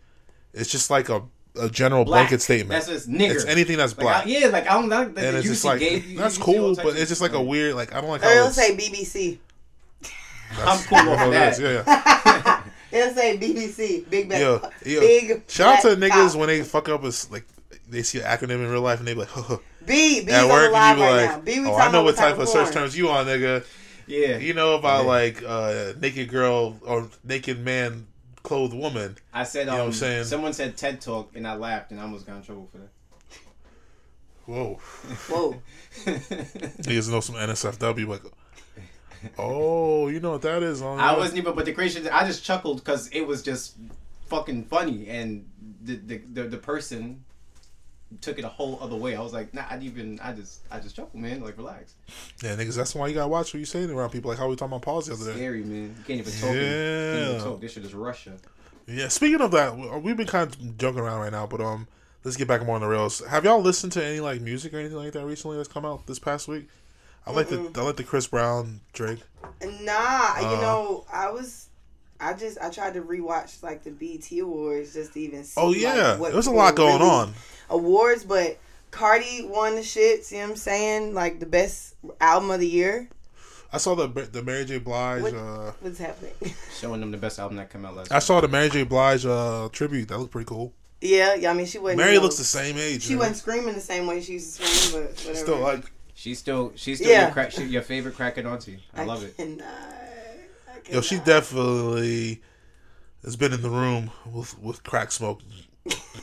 [SPEAKER 7] It's just like a, a general
[SPEAKER 4] Black.
[SPEAKER 7] blanket statement.
[SPEAKER 4] That's just nigger.
[SPEAKER 7] It's anything that's
[SPEAKER 4] Like,
[SPEAKER 7] black.
[SPEAKER 4] I, yeah, like I don't like
[SPEAKER 7] And
[SPEAKER 4] that.
[SPEAKER 7] it's
[SPEAKER 4] You
[SPEAKER 7] just
[SPEAKER 4] see
[SPEAKER 7] like
[SPEAKER 4] gay- you-
[SPEAKER 7] that's
[SPEAKER 4] you see all
[SPEAKER 7] cool,
[SPEAKER 4] types
[SPEAKER 7] but
[SPEAKER 4] of
[SPEAKER 7] it's just
[SPEAKER 4] shit.
[SPEAKER 7] like a weird like I don't like how
[SPEAKER 6] Or it'll
[SPEAKER 7] it's,
[SPEAKER 6] say BBC.
[SPEAKER 4] I'm cool with
[SPEAKER 7] how it
[SPEAKER 4] that.
[SPEAKER 7] is. Yeah, yeah.
[SPEAKER 6] It'll say BBC. Big Black.
[SPEAKER 7] Yo, yo.
[SPEAKER 6] Big
[SPEAKER 7] Shout out to
[SPEAKER 6] Black
[SPEAKER 7] niggas
[SPEAKER 6] Cock.
[SPEAKER 7] when they fuck up is like they see an acronym in real life and they be like, huh,
[SPEAKER 6] B. B's
[SPEAKER 7] at
[SPEAKER 6] on the
[SPEAKER 7] work
[SPEAKER 6] live
[SPEAKER 7] and you be
[SPEAKER 6] right
[SPEAKER 7] like,
[SPEAKER 6] now. B. We
[SPEAKER 7] oh,
[SPEAKER 6] talking
[SPEAKER 7] I know
[SPEAKER 6] about
[SPEAKER 7] what type of
[SPEAKER 6] of
[SPEAKER 7] search
[SPEAKER 6] porn.
[SPEAKER 7] terms you on, nigga.
[SPEAKER 4] Yeah,
[SPEAKER 7] You know about like uh naked girl or naked man clothed woman.
[SPEAKER 4] I said. Um,
[SPEAKER 7] know what I'm saying?
[SPEAKER 4] Someone said TED Talk, and I laughed, and I almost got in trouble for
[SPEAKER 7] Whoa.
[SPEAKER 6] Whoa.
[SPEAKER 4] that.
[SPEAKER 7] Niggas know some NSFW like Oh, you know what that is, huh?
[SPEAKER 4] I wasn't even, but the creation, I just chuckled because it was just fucking funny, and the the, the the person took it a whole other way. I was like, nah, I didn't even, I just, I just chuckled, man. Like, relax.
[SPEAKER 7] Yeah, niggas, that's why you gotta watch what you saying around people. Like how we talking about pause the other day.
[SPEAKER 4] Scary, man. You can't even talk. You can't
[SPEAKER 7] Yeah.
[SPEAKER 4] even talk. This shit is Russia.
[SPEAKER 7] Yeah, speaking of that, we- uh, we've been kind of joking around right now, but um, let's get back more on the rails. Have y'all listened to any like music or anything like that recently that's come out this past week? I like the I like the Chris Brown Drake.
[SPEAKER 6] Nah,
[SPEAKER 7] Uh.
[SPEAKER 6] you know, I was. I just I tried to rewatch like the BT Awards just to even see.
[SPEAKER 7] Oh
[SPEAKER 6] like,
[SPEAKER 7] yeah,
[SPEAKER 6] what
[SPEAKER 7] there's a
[SPEAKER 6] people
[SPEAKER 7] lot going
[SPEAKER 6] really-
[SPEAKER 7] on.
[SPEAKER 6] Awards, but Cardi won the shits. You know what I'm saying? Like the best album of the year.
[SPEAKER 7] I saw the the Mary J Blige.
[SPEAKER 6] What-
[SPEAKER 7] Uh,
[SPEAKER 6] What's happening?
[SPEAKER 4] Showing them the best album that came out last.
[SPEAKER 7] I saw the Mary J Blige uh, tribute. That looked pretty cool.
[SPEAKER 6] yeah, yeah. I mean, she wasn't.
[SPEAKER 7] Mary
[SPEAKER 6] you know,
[SPEAKER 7] looks the same age.
[SPEAKER 6] She
[SPEAKER 7] man.
[SPEAKER 6] wasn't screaming the same way she used to scream, but whatever.
[SPEAKER 7] still like
[SPEAKER 4] She's still, she's still
[SPEAKER 6] Yeah.
[SPEAKER 4] your, crack, she, your favorite cracking auntie. I love it.
[SPEAKER 6] cannot- I
[SPEAKER 7] yo. She
[SPEAKER 6] cannot.
[SPEAKER 7] definitely has been in the room with with crack smoke,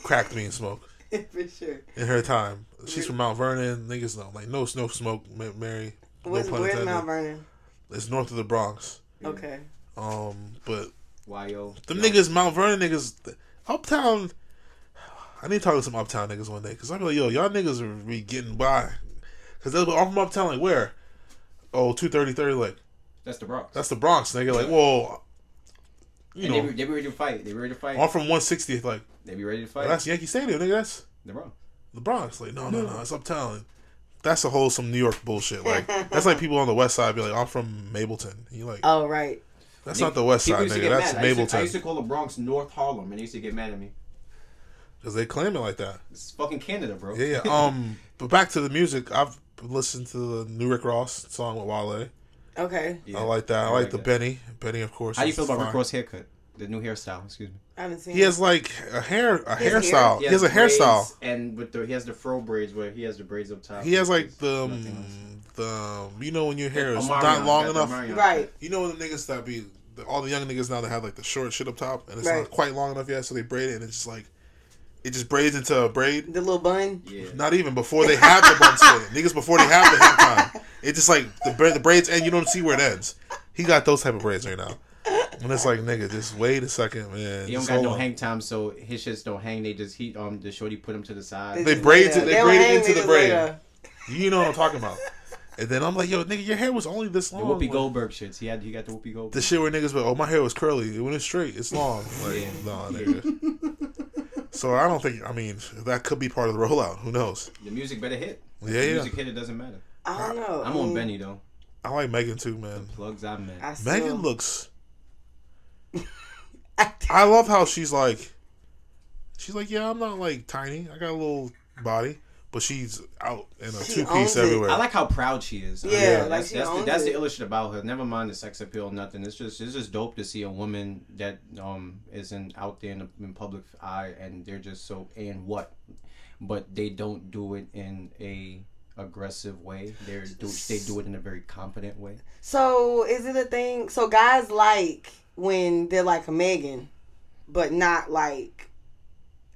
[SPEAKER 7] crack being smoke.
[SPEAKER 6] for sure.
[SPEAKER 7] in her time. She's from Mount Vernon. Niggas know, like no snow smoke, Ma- Mary.
[SPEAKER 6] What's,
[SPEAKER 7] no pun
[SPEAKER 6] where's
[SPEAKER 7] intended.
[SPEAKER 6] Mount Vernon?
[SPEAKER 7] It's north of the Bronx.
[SPEAKER 6] Okay.
[SPEAKER 7] Um, but
[SPEAKER 4] Why yo?
[SPEAKER 7] them niggas, Mount Vernon niggas, th- Uptown. I need to talk to some Uptown niggas one day because I'm like, yo, y'all niggas are be getting by. Because they'll be all from Uptown, like, where? Oh, 233, like,
[SPEAKER 4] That's the Bronx.
[SPEAKER 7] that's the Bronx, nigga. Like, whoa. You
[SPEAKER 4] and they,
[SPEAKER 7] know,
[SPEAKER 4] be, they be ready to fight. They be ready to fight.
[SPEAKER 7] I'm from 160th, like,
[SPEAKER 4] They be ready to
[SPEAKER 7] "Oh,
[SPEAKER 4] fight.
[SPEAKER 7] that's Yankee Stadium, nigga. That's
[SPEAKER 4] the Bronx.
[SPEAKER 7] the Bronx. Like, no, no, no, it's Uptown. That's a whole some New York bullshit. Like, that's like people on the West Side be like, I'm from Mapleton. You like,
[SPEAKER 6] Oh right.
[SPEAKER 7] that's not the West
[SPEAKER 4] Uh, People
[SPEAKER 7] Side,
[SPEAKER 4] used to
[SPEAKER 7] nigga.
[SPEAKER 4] get
[SPEAKER 7] That's
[SPEAKER 4] mad. I used, to, I used to
[SPEAKER 7] Mapleton.
[SPEAKER 4] call the Bronx North Harlem, and they used to get mad at me.
[SPEAKER 7] Because they claim it like that.
[SPEAKER 4] It's fucking Canada, bro.
[SPEAKER 7] Yeah, yeah. Um, but back to the music. I've listened to the new Rick Ross song with Wale.
[SPEAKER 6] Okay.
[SPEAKER 4] Yeah.
[SPEAKER 7] I like that. I,
[SPEAKER 4] I
[SPEAKER 7] like,
[SPEAKER 4] like
[SPEAKER 7] the
[SPEAKER 4] that.
[SPEAKER 7] Benny. Benny, of course.
[SPEAKER 4] How do you
[SPEAKER 7] is
[SPEAKER 4] feel about
[SPEAKER 7] fine.
[SPEAKER 4] Rick Ross' haircut? The new hairstyle, excuse me.
[SPEAKER 6] I haven't seen.
[SPEAKER 7] He has like a hair, a
[SPEAKER 6] He has a hair.
[SPEAKER 7] hairstyle. He has, a
[SPEAKER 4] braids,
[SPEAKER 7] hairstyle.
[SPEAKER 4] and with the he has the fro braids where he has the braids up top.
[SPEAKER 7] He has like the
[SPEAKER 4] Nothing else.
[SPEAKER 7] um, the um, you know when your hair is
[SPEAKER 4] Omarion,
[SPEAKER 7] not long
[SPEAKER 4] got the
[SPEAKER 7] enough.
[SPEAKER 4] Omarion.
[SPEAKER 6] Right.
[SPEAKER 7] You know when the niggas that be the, all the young niggas now that have like the short shit up top and it's
[SPEAKER 6] Right.
[SPEAKER 7] not quite long enough yet, so they braid it and it's just like it just braids into a braid.
[SPEAKER 6] The little bun.
[SPEAKER 4] Yeah.
[SPEAKER 7] Not even before they have the bun split. Niggas before they have the head time. It just like the bra- the braids end. You don't see where it ends. He got those type of braids right now, and it's like nigga, just wait a second, man.
[SPEAKER 4] He don't
[SPEAKER 7] Just
[SPEAKER 4] got
[SPEAKER 7] hold
[SPEAKER 4] no
[SPEAKER 7] on.
[SPEAKER 4] hang time, so his shits don't hang. They just heat um the shorty put him to the side.
[SPEAKER 7] They braids it. They, braid
[SPEAKER 6] hang,
[SPEAKER 7] it into
[SPEAKER 6] they
[SPEAKER 7] the
[SPEAKER 6] just
[SPEAKER 7] braid.
[SPEAKER 6] later.
[SPEAKER 7] You know what I'm talking about. And then I'm like, yo, nigga, your hair was only this long.
[SPEAKER 4] The Whoopi
[SPEAKER 7] Like,
[SPEAKER 4] Goldberg shits. He had he got the Whoopi Goldberg.
[SPEAKER 7] The shit where niggas, but oh, my hair was curly. It went straight. It's long. Like,
[SPEAKER 4] Yeah.
[SPEAKER 7] nah, nigga. so I don't think. I mean, that could be part of the rollout. Who knows?
[SPEAKER 4] The music better hit. If
[SPEAKER 7] Yeah,
[SPEAKER 4] the
[SPEAKER 7] yeah.
[SPEAKER 4] music hit. It doesn't matter.
[SPEAKER 6] I don't know.
[SPEAKER 4] I'm
[SPEAKER 6] I
[SPEAKER 4] on
[SPEAKER 6] mean,
[SPEAKER 4] Benny though.
[SPEAKER 7] I like Megan too, man.
[SPEAKER 4] Plugs I met.
[SPEAKER 6] I still,
[SPEAKER 7] Megan looks. I love how she's like. She's like, yeah, I'm not like tiny. I got a little body, but she's out in a
[SPEAKER 6] She
[SPEAKER 7] two
[SPEAKER 6] owns
[SPEAKER 7] piece
[SPEAKER 6] it.
[SPEAKER 7] everywhere.
[SPEAKER 4] I like how proud she is. I mean,
[SPEAKER 6] Yeah, like
[SPEAKER 4] that's,
[SPEAKER 6] she
[SPEAKER 4] that's, the,
[SPEAKER 6] owns
[SPEAKER 4] that's the
[SPEAKER 6] it.
[SPEAKER 4] illustration about her. Never mind the sex appeal, nothing. It's just it's just dope to see a woman that um isn't out there in the in public eye, and they're just so and what, but they don't do it in a aggressive way. They do they do it in a very competent way.
[SPEAKER 6] So is it a thing? So guys like when they're like a Megan, but not like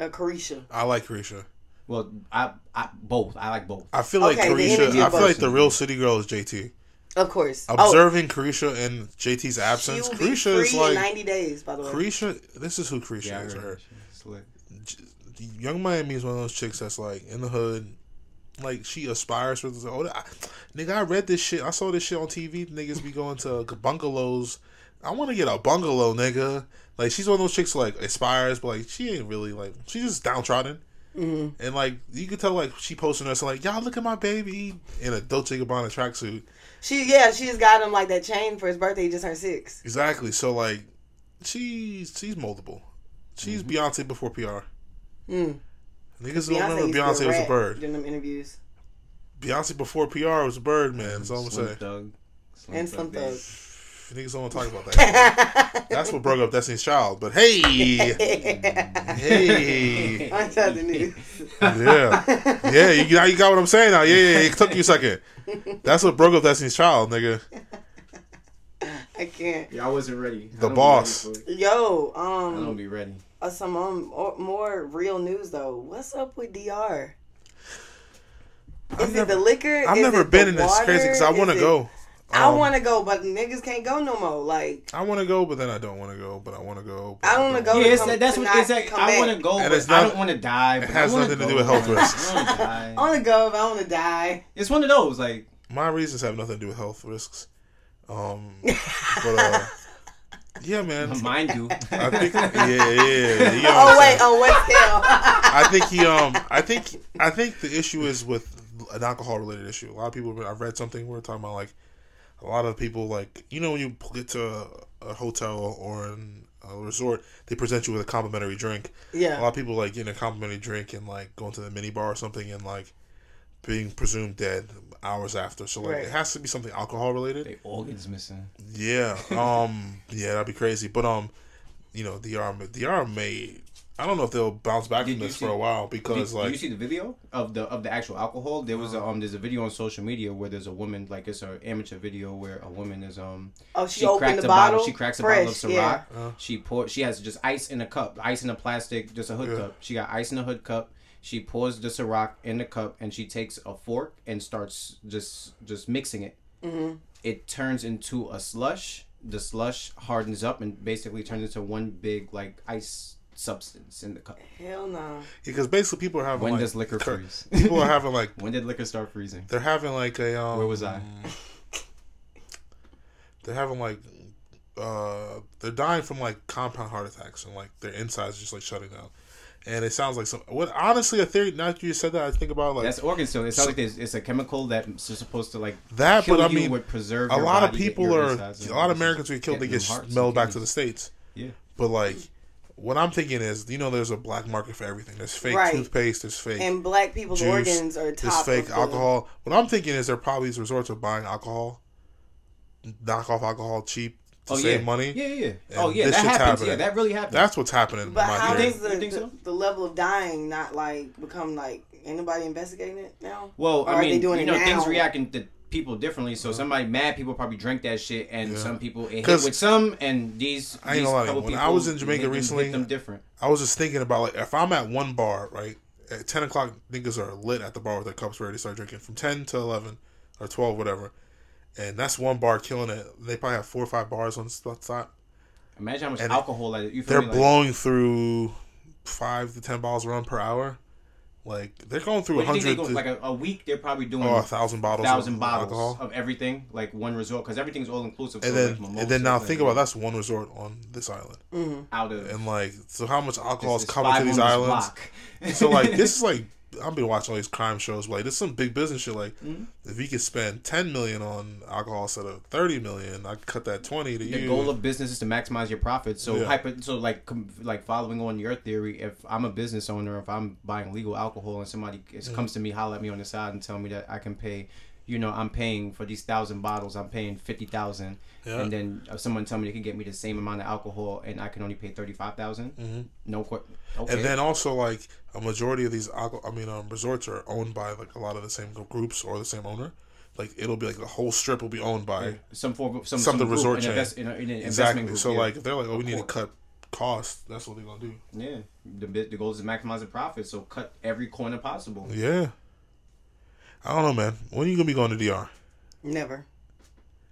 [SPEAKER 6] a Carisha.
[SPEAKER 7] I like Carisha.
[SPEAKER 4] Well, I I both I like both.
[SPEAKER 7] I feel like
[SPEAKER 6] Okay, the
[SPEAKER 7] Carisha.
[SPEAKER 6] interview
[SPEAKER 7] I feel like the
[SPEAKER 4] person.
[SPEAKER 7] real city girl is JT.
[SPEAKER 6] Of course.
[SPEAKER 7] Observing Carisha in JT's
[SPEAKER 6] oh,
[SPEAKER 7] absence,
[SPEAKER 6] she will be
[SPEAKER 7] Carisha
[SPEAKER 6] free
[SPEAKER 7] is
[SPEAKER 6] in
[SPEAKER 7] like
[SPEAKER 6] ninety days. By the way,
[SPEAKER 7] Carisha. This is who Carisha
[SPEAKER 4] Yeah, I
[SPEAKER 7] is.
[SPEAKER 4] heard
[SPEAKER 7] to her.
[SPEAKER 4] her. She's slick.
[SPEAKER 7] Young Miami is one of those chicks that's like in the hood. Like she aspires for this. Oh, I, nigga, I read this shit. I saw this shit on TV. Niggas be going to bungalows. I want to get a bungalow, nigga. Like she's one of those chicks who, like aspires, but like she ain't really like she's just downtrodden.
[SPEAKER 6] Mm-hmm.
[SPEAKER 7] And like you could tell, like she posting us like y'all look at my baby in a Dolce Gabbana tracksuit.
[SPEAKER 6] she yeah, she just got him like that chain for his birthday. He just her six.
[SPEAKER 7] Exactly. So like, she's she's moldable. She's
[SPEAKER 6] Mm-hmm.
[SPEAKER 7] Beyonce before PR. Niggas don't remember
[SPEAKER 6] Mm. used to be
[SPEAKER 7] Beyonce was a
[SPEAKER 6] rat
[SPEAKER 7] bird.
[SPEAKER 6] during them interviews.
[SPEAKER 7] Beyonce before PR was a bird, man. That's all I'm
[SPEAKER 4] Slim
[SPEAKER 7] saying.
[SPEAKER 4] Thug. Slim
[SPEAKER 6] And Slim
[SPEAKER 4] Thug.
[SPEAKER 6] Thug.
[SPEAKER 7] Niggas don't want to talk about that. That's what broke up Destiny's Child. But hey, hey,
[SPEAKER 6] I saw the news.
[SPEAKER 7] yeah, yeah. You, now you got what I'm saying now. Yeah, yeah. yeah. It took you a second. That's what broke up Destiny's Child, nigga.
[SPEAKER 6] I can't.
[SPEAKER 4] Yeah, I wasn't ready. I
[SPEAKER 7] The
[SPEAKER 4] don't be
[SPEAKER 7] boss.
[SPEAKER 4] ready for it.
[SPEAKER 6] Yo,
[SPEAKER 4] I don't
[SPEAKER 6] um,
[SPEAKER 4] be ready.
[SPEAKER 6] uh, some um, or- more real news though. What's up with Dr. Is it
[SPEAKER 7] never-
[SPEAKER 6] the liquor?
[SPEAKER 7] I've
[SPEAKER 6] Is
[SPEAKER 7] never
[SPEAKER 6] it
[SPEAKER 7] been
[SPEAKER 6] the
[SPEAKER 7] in this crazy because I
[SPEAKER 6] water?
[SPEAKER 7] want to
[SPEAKER 6] Is it-
[SPEAKER 7] go.
[SPEAKER 6] I
[SPEAKER 7] Um,
[SPEAKER 6] want to go, but niggas can't go no more. Like
[SPEAKER 7] I want to go, but then I don't want to go. But I want to go. but
[SPEAKER 6] I don't wanna go.
[SPEAKER 4] Yeah,
[SPEAKER 6] to
[SPEAKER 4] it's,
[SPEAKER 6] Oh, come-
[SPEAKER 4] that's
[SPEAKER 6] to
[SPEAKER 4] what
[SPEAKER 6] not
[SPEAKER 4] it's like.
[SPEAKER 6] come
[SPEAKER 4] I
[SPEAKER 6] back.
[SPEAKER 4] want to go,
[SPEAKER 7] And
[SPEAKER 4] but
[SPEAKER 7] it's not-
[SPEAKER 4] I don't want to die. but I
[SPEAKER 7] has
[SPEAKER 4] wanna
[SPEAKER 7] nothing to
[SPEAKER 4] go.
[SPEAKER 7] do with health risks.
[SPEAKER 4] I wanna die.
[SPEAKER 6] I want to go, but I want to die.
[SPEAKER 4] It's one of those like
[SPEAKER 7] my reasons have nothing to do with health risks. Um, but uh, yeah, man.
[SPEAKER 4] mind you.
[SPEAKER 7] I think yeah, yeah. yeah you know what I'm
[SPEAKER 6] Oh wait,
[SPEAKER 7] saying.
[SPEAKER 6] oh what's hell?
[SPEAKER 7] I think he um, I think I think the issue is with an alcohol related issue. A lot of people. I've read something we were talking about like a lot of people like you know when you get to a, a hotel or in a resort, they present you with a complimentary drink. a lot
[SPEAKER 6] yeah,
[SPEAKER 7] of people like getting a complimentary drink and like going to the mini bar or something and like being presumed dead hours after. So like
[SPEAKER 6] Right.
[SPEAKER 7] it has to be something alcohol related.
[SPEAKER 4] they organs missing.
[SPEAKER 7] Yeah. Um. yeah, that'd be crazy. But um, you know, DR ma- DR may. I don't know if they'll bounce back
[SPEAKER 4] Did
[SPEAKER 7] from
[SPEAKER 4] you
[SPEAKER 7] this
[SPEAKER 4] see-
[SPEAKER 7] for a while
[SPEAKER 4] Did,
[SPEAKER 7] because
[SPEAKER 4] did
[SPEAKER 7] like
[SPEAKER 4] you see the video of the of the actual alcohol? There was a, um there's a video on social media where there's a woman like it's an amateur video where a woman is um
[SPEAKER 6] Oh, she opened the bottle?
[SPEAKER 4] she cracks a bottle of
[SPEAKER 6] Fresh,
[SPEAKER 4] Ciroc
[SPEAKER 6] yeah.
[SPEAKER 4] she pour she has just ice in a cup ice in a plastic just a hood cup she got ice in a hood cup she pours the
[SPEAKER 6] Mm-hmm.
[SPEAKER 4] Ciroc in the cup and she takes a fork and starts just just mixing it it turns into a slush. The slush hardens up and basically turns into one big like ice substance in the cup.
[SPEAKER 6] Hell no.
[SPEAKER 7] Because basically, people are having
[SPEAKER 4] When
[SPEAKER 7] like,
[SPEAKER 4] does liquor
[SPEAKER 7] cur-
[SPEAKER 4] freeze?
[SPEAKER 7] People are having like
[SPEAKER 4] When did liquor start freezing?
[SPEAKER 7] they're having like a um,
[SPEAKER 4] Where was I?
[SPEAKER 7] They're having like uh, they're dying from like compound heart attacks and like their insides just like shutting down. And it sounds like some. What honestly, a theory. Now that you said that, I think about like
[SPEAKER 4] That's organ stone. It sounds like there's, it's a chemical that's supposed to like
[SPEAKER 7] That,
[SPEAKER 4] kill
[SPEAKER 7] but I
[SPEAKER 4] you,
[SPEAKER 7] mean,
[SPEAKER 4] would preserve
[SPEAKER 7] a
[SPEAKER 4] your
[SPEAKER 7] lot of
[SPEAKER 4] body, get
[SPEAKER 7] people
[SPEAKER 4] your
[SPEAKER 7] are
[SPEAKER 4] insides
[SPEAKER 7] a
[SPEAKER 4] and
[SPEAKER 7] lot of
[SPEAKER 4] organs.
[SPEAKER 7] Americans get killed. They
[SPEAKER 4] Get
[SPEAKER 7] get
[SPEAKER 4] new hearts and
[SPEAKER 7] smelled back to the
[SPEAKER 4] kidneys.
[SPEAKER 7] states.
[SPEAKER 4] Yeah.
[SPEAKER 7] But like, what I'm thinking is, you know, there's a black market for everything. There's fake
[SPEAKER 6] Right.
[SPEAKER 7] toothpaste. There's fake
[SPEAKER 6] And black people's
[SPEAKER 7] juice.
[SPEAKER 6] organs are
[SPEAKER 7] there's
[SPEAKER 6] top.
[SPEAKER 7] fake
[SPEAKER 6] of the-
[SPEAKER 7] alcohol. What I'm thinking is, they're probably just resort to buying alcohol, knock off alcohol cheap to save
[SPEAKER 4] Oh, yeah.
[SPEAKER 7] money.
[SPEAKER 4] Yeah, yeah. yeah. Oh yeah,
[SPEAKER 7] this
[SPEAKER 4] that
[SPEAKER 7] shit's
[SPEAKER 4] happens. Yeah,
[SPEAKER 7] happening.
[SPEAKER 4] that really happens.
[SPEAKER 7] That's what's happening. in
[SPEAKER 6] But
[SPEAKER 7] my
[SPEAKER 6] how
[SPEAKER 7] theory.
[SPEAKER 6] does the,
[SPEAKER 4] You think so?
[SPEAKER 6] the, the level of dying not like become like anybody investigating it now?
[SPEAKER 4] well,
[SPEAKER 6] Or are
[SPEAKER 4] I
[SPEAKER 6] they
[SPEAKER 4] mean,
[SPEAKER 6] doing
[SPEAKER 4] you
[SPEAKER 6] it
[SPEAKER 4] know,
[SPEAKER 6] now?
[SPEAKER 4] things reacting to people differently. So somebody mad people probably drank that shit, and some people it hit
[SPEAKER 7] 'Cause-
[SPEAKER 4] with some, and these.
[SPEAKER 7] I ain't
[SPEAKER 4] these
[SPEAKER 7] gonna lie,
[SPEAKER 4] couple
[SPEAKER 7] when
[SPEAKER 4] people,
[SPEAKER 7] I was in
[SPEAKER 4] it
[SPEAKER 7] Jamaica
[SPEAKER 4] hit them- hit
[SPEAKER 7] recently-
[SPEAKER 4] them different.
[SPEAKER 7] I was just thinking about like if I'm at one bar, right? At ten o'clock, niggas are lit at the bar with their cups ready to start drinking from ten to eleven or twelve, whatever. And that's one bar killing it. They probably have four or five bars on the top.
[SPEAKER 4] Imagine how much
[SPEAKER 7] And
[SPEAKER 4] alcohol that you. Feel
[SPEAKER 7] They're
[SPEAKER 4] me? Like,
[SPEAKER 7] blowing through five to ten bottles around per hour. Like they're going through a
[SPEAKER 4] what do you think
[SPEAKER 7] hundred
[SPEAKER 4] they go,
[SPEAKER 7] to
[SPEAKER 4] like a, a week, they're probably doing
[SPEAKER 7] oh, a thousand bottles, of
[SPEAKER 4] thousand bottles of everything, like one resort, because everything's all inclusive.
[SPEAKER 7] and then and then now think about that's one resort on this island,
[SPEAKER 4] out of
[SPEAKER 7] and like so how much alcohol
[SPEAKER 4] this
[SPEAKER 7] is
[SPEAKER 4] is
[SPEAKER 7] coming
[SPEAKER 4] five
[SPEAKER 7] to
[SPEAKER 4] on
[SPEAKER 7] these
[SPEAKER 4] this
[SPEAKER 7] islands?
[SPEAKER 4] block.
[SPEAKER 7] So like this is like I've been watching all these crime shows, but like this is some big business shit. Like
[SPEAKER 4] Mm-hmm.
[SPEAKER 7] if you could spend ten million on alcohol instead of thirty million, I could cut that twenty to
[SPEAKER 4] the
[SPEAKER 7] you.
[SPEAKER 4] goal of business is to maximize your profits. So
[SPEAKER 7] Yeah.
[SPEAKER 4] hyper, so like com- like following on your theory, if I'm a business owner, if I'm buying legal alcohol and somebody
[SPEAKER 7] Mm-hmm.
[SPEAKER 4] is, comes to me, holler at me on the side and tell me that I can pay, you know, I'm paying for these thousand bottles, I'm paying fifty thousand,
[SPEAKER 7] Yeah.
[SPEAKER 4] and then if someone tell me they can get me the same amount of alcohol and I can only pay thirty No, que- okay.
[SPEAKER 7] Mm-hmm. and then also like a majority of these alcohol, I mean, um, resorts are owned by like a lot of the same groups or the same owner. Like it'll be like the whole strip will be owned by
[SPEAKER 4] some form, some
[SPEAKER 7] something
[SPEAKER 4] some group,
[SPEAKER 7] resort
[SPEAKER 4] an
[SPEAKER 7] chain.
[SPEAKER 4] invest- in a- in an
[SPEAKER 7] exactly.
[SPEAKER 4] investment group,
[SPEAKER 7] so
[SPEAKER 4] yeah.
[SPEAKER 7] like if they're like, oh, we need to
[SPEAKER 4] course.
[SPEAKER 7] cut costs, that's what they're gonna do.
[SPEAKER 4] yeah, the bit- the goal is to maximize the profits. So cut every corner possible.
[SPEAKER 7] Yeah. I don't know, man. When are you gonna be going to DR?
[SPEAKER 6] Never.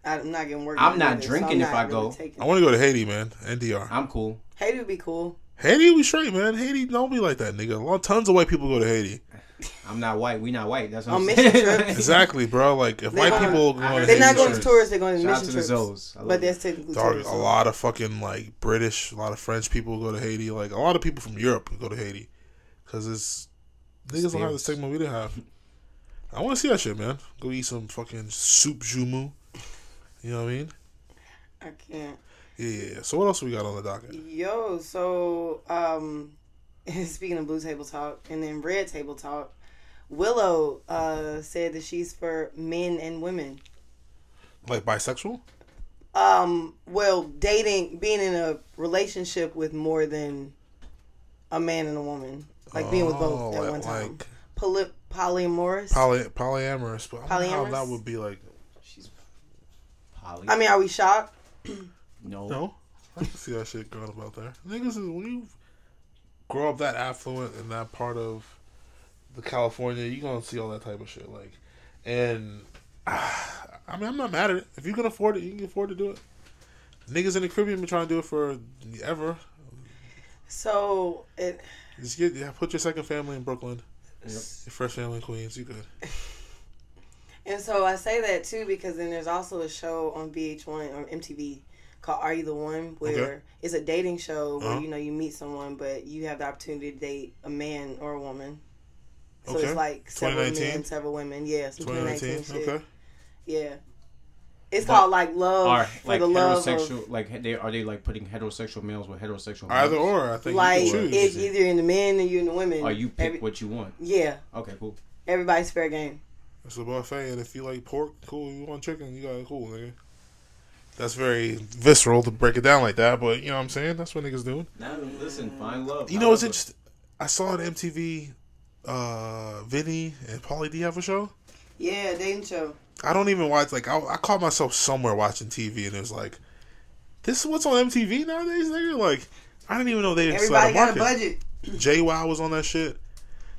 [SPEAKER 6] I'm not getting work.
[SPEAKER 4] I'm not
[SPEAKER 6] either, so
[SPEAKER 4] drinking
[SPEAKER 6] I'm
[SPEAKER 4] if
[SPEAKER 6] not
[SPEAKER 4] I go.
[SPEAKER 6] really taking
[SPEAKER 7] I
[SPEAKER 6] it.
[SPEAKER 7] want to go to Haiti, man, and DR.
[SPEAKER 4] I'm cool.
[SPEAKER 6] Haiti would be cool.
[SPEAKER 7] Haiti, we straight, man. Haiti, don't be like that, nigga. A lot, tons of white people go to Haiti.
[SPEAKER 4] I'm not white. We not white. That's what
[SPEAKER 6] On
[SPEAKER 4] I'm
[SPEAKER 6] mission
[SPEAKER 4] saying.
[SPEAKER 6] trips.
[SPEAKER 7] Exactly, bro. Like, if white
[SPEAKER 6] gonna-
[SPEAKER 7] people go to
[SPEAKER 4] heard
[SPEAKER 6] They're not
[SPEAKER 4] Haiti
[SPEAKER 6] going
[SPEAKER 7] Haiti,
[SPEAKER 6] to
[SPEAKER 4] trips.
[SPEAKER 6] tours. They're going to
[SPEAKER 4] Shout out
[SPEAKER 6] mission
[SPEAKER 4] to the
[SPEAKER 6] triries.
[SPEAKER 4] zoos. I love
[SPEAKER 6] But
[SPEAKER 4] it.
[SPEAKER 6] that's technically
[SPEAKER 7] dog,
[SPEAKER 6] tours.
[SPEAKER 7] a lot of fucking, like, British, a lot of French people go to Haiti. Like, a lot of people from Europe go to Haiti. Because it's. Niggas don't have the
[SPEAKER 4] Spirits.
[SPEAKER 7] stigma we did have. I want to see that shit, man. Go eat some fucking soup jumu. You know what I mean?
[SPEAKER 6] I can't.
[SPEAKER 7] Yeah, yeah, yeah. So, what else we got on the docket?
[SPEAKER 6] Yo, so um speaking of blue table talk and then red table talk, Willow uh said that she's for men and women.
[SPEAKER 7] Like, bisexual?
[SPEAKER 6] Um well, dating being in a relationship with more than a man and a woman. Like being with both at
[SPEAKER 7] Oh, like,
[SPEAKER 6] one time.
[SPEAKER 7] like
[SPEAKER 6] Poly- polyamorous.
[SPEAKER 7] poly, polyamorous. But I don't know how
[SPEAKER 6] Polyamorous?
[SPEAKER 7] that would be like.
[SPEAKER 4] She's poly.
[SPEAKER 6] I mean, are we shocked?
[SPEAKER 4] no.
[SPEAKER 7] No. I can see that shit going about there. Niggas is when you grow up that affluent in that part of the California, you gonna see all that type of shit. Like and ah, I mean I'm not mad at it. If you can afford it, you can afford to do it. Niggas in the Caribbean been trying to do it for ever.
[SPEAKER 6] So it
[SPEAKER 7] Just get yeah, put your second family in Brooklyn. Your first family in Queens, you good.
[SPEAKER 6] And so I say that too because then there's also a show on VH1 or MTV called Are You the One where
[SPEAKER 7] Okay.
[SPEAKER 6] it's a dating show where
[SPEAKER 7] Uh-huh.
[SPEAKER 6] you know you meet someone but you have the opportunity to date a man or a woman. So
[SPEAKER 7] Okay.
[SPEAKER 6] it's like several
[SPEAKER 7] 2019?
[SPEAKER 6] men, several women. Yeah, some
[SPEAKER 7] 2019,
[SPEAKER 6] 2019. shit.
[SPEAKER 7] okay.
[SPEAKER 6] Yeah. It's
[SPEAKER 4] But
[SPEAKER 6] called like love
[SPEAKER 4] Are
[SPEAKER 6] for
[SPEAKER 4] like
[SPEAKER 6] the love of
[SPEAKER 4] heterosexual? like they are they like putting heterosexual males with heterosexual?
[SPEAKER 7] Either
[SPEAKER 4] males?
[SPEAKER 7] or, I think
[SPEAKER 6] like
[SPEAKER 7] you can
[SPEAKER 6] it's
[SPEAKER 7] choose.
[SPEAKER 6] either in the men or you in the women.
[SPEAKER 4] Or you pick
[SPEAKER 6] Every-
[SPEAKER 4] what you want.
[SPEAKER 6] yeah,
[SPEAKER 4] Okay, cool.
[SPEAKER 6] everybody's fair game.
[SPEAKER 7] It's a buffet, and if you like pork, cool. You want chicken, you got it, cool, nigga. That's very visceral to break it down like that, but you know what I'm saying? That's what niggas doing.
[SPEAKER 4] Now listen, find love.
[SPEAKER 7] You know, it's interesting. I saw on MTV, uh, Vinny and Pauly D have a show.
[SPEAKER 6] Yeah, dating show.
[SPEAKER 7] I don't even watch, like, I, I caught myself somewhere watching TV, and it was like, this is what's on MTV nowadays, nigga? Like, I didn't even know they still had
[SPEAKER 6] Everybody got a budget.
[SPEAKER 7] Jay Wow was on that shit.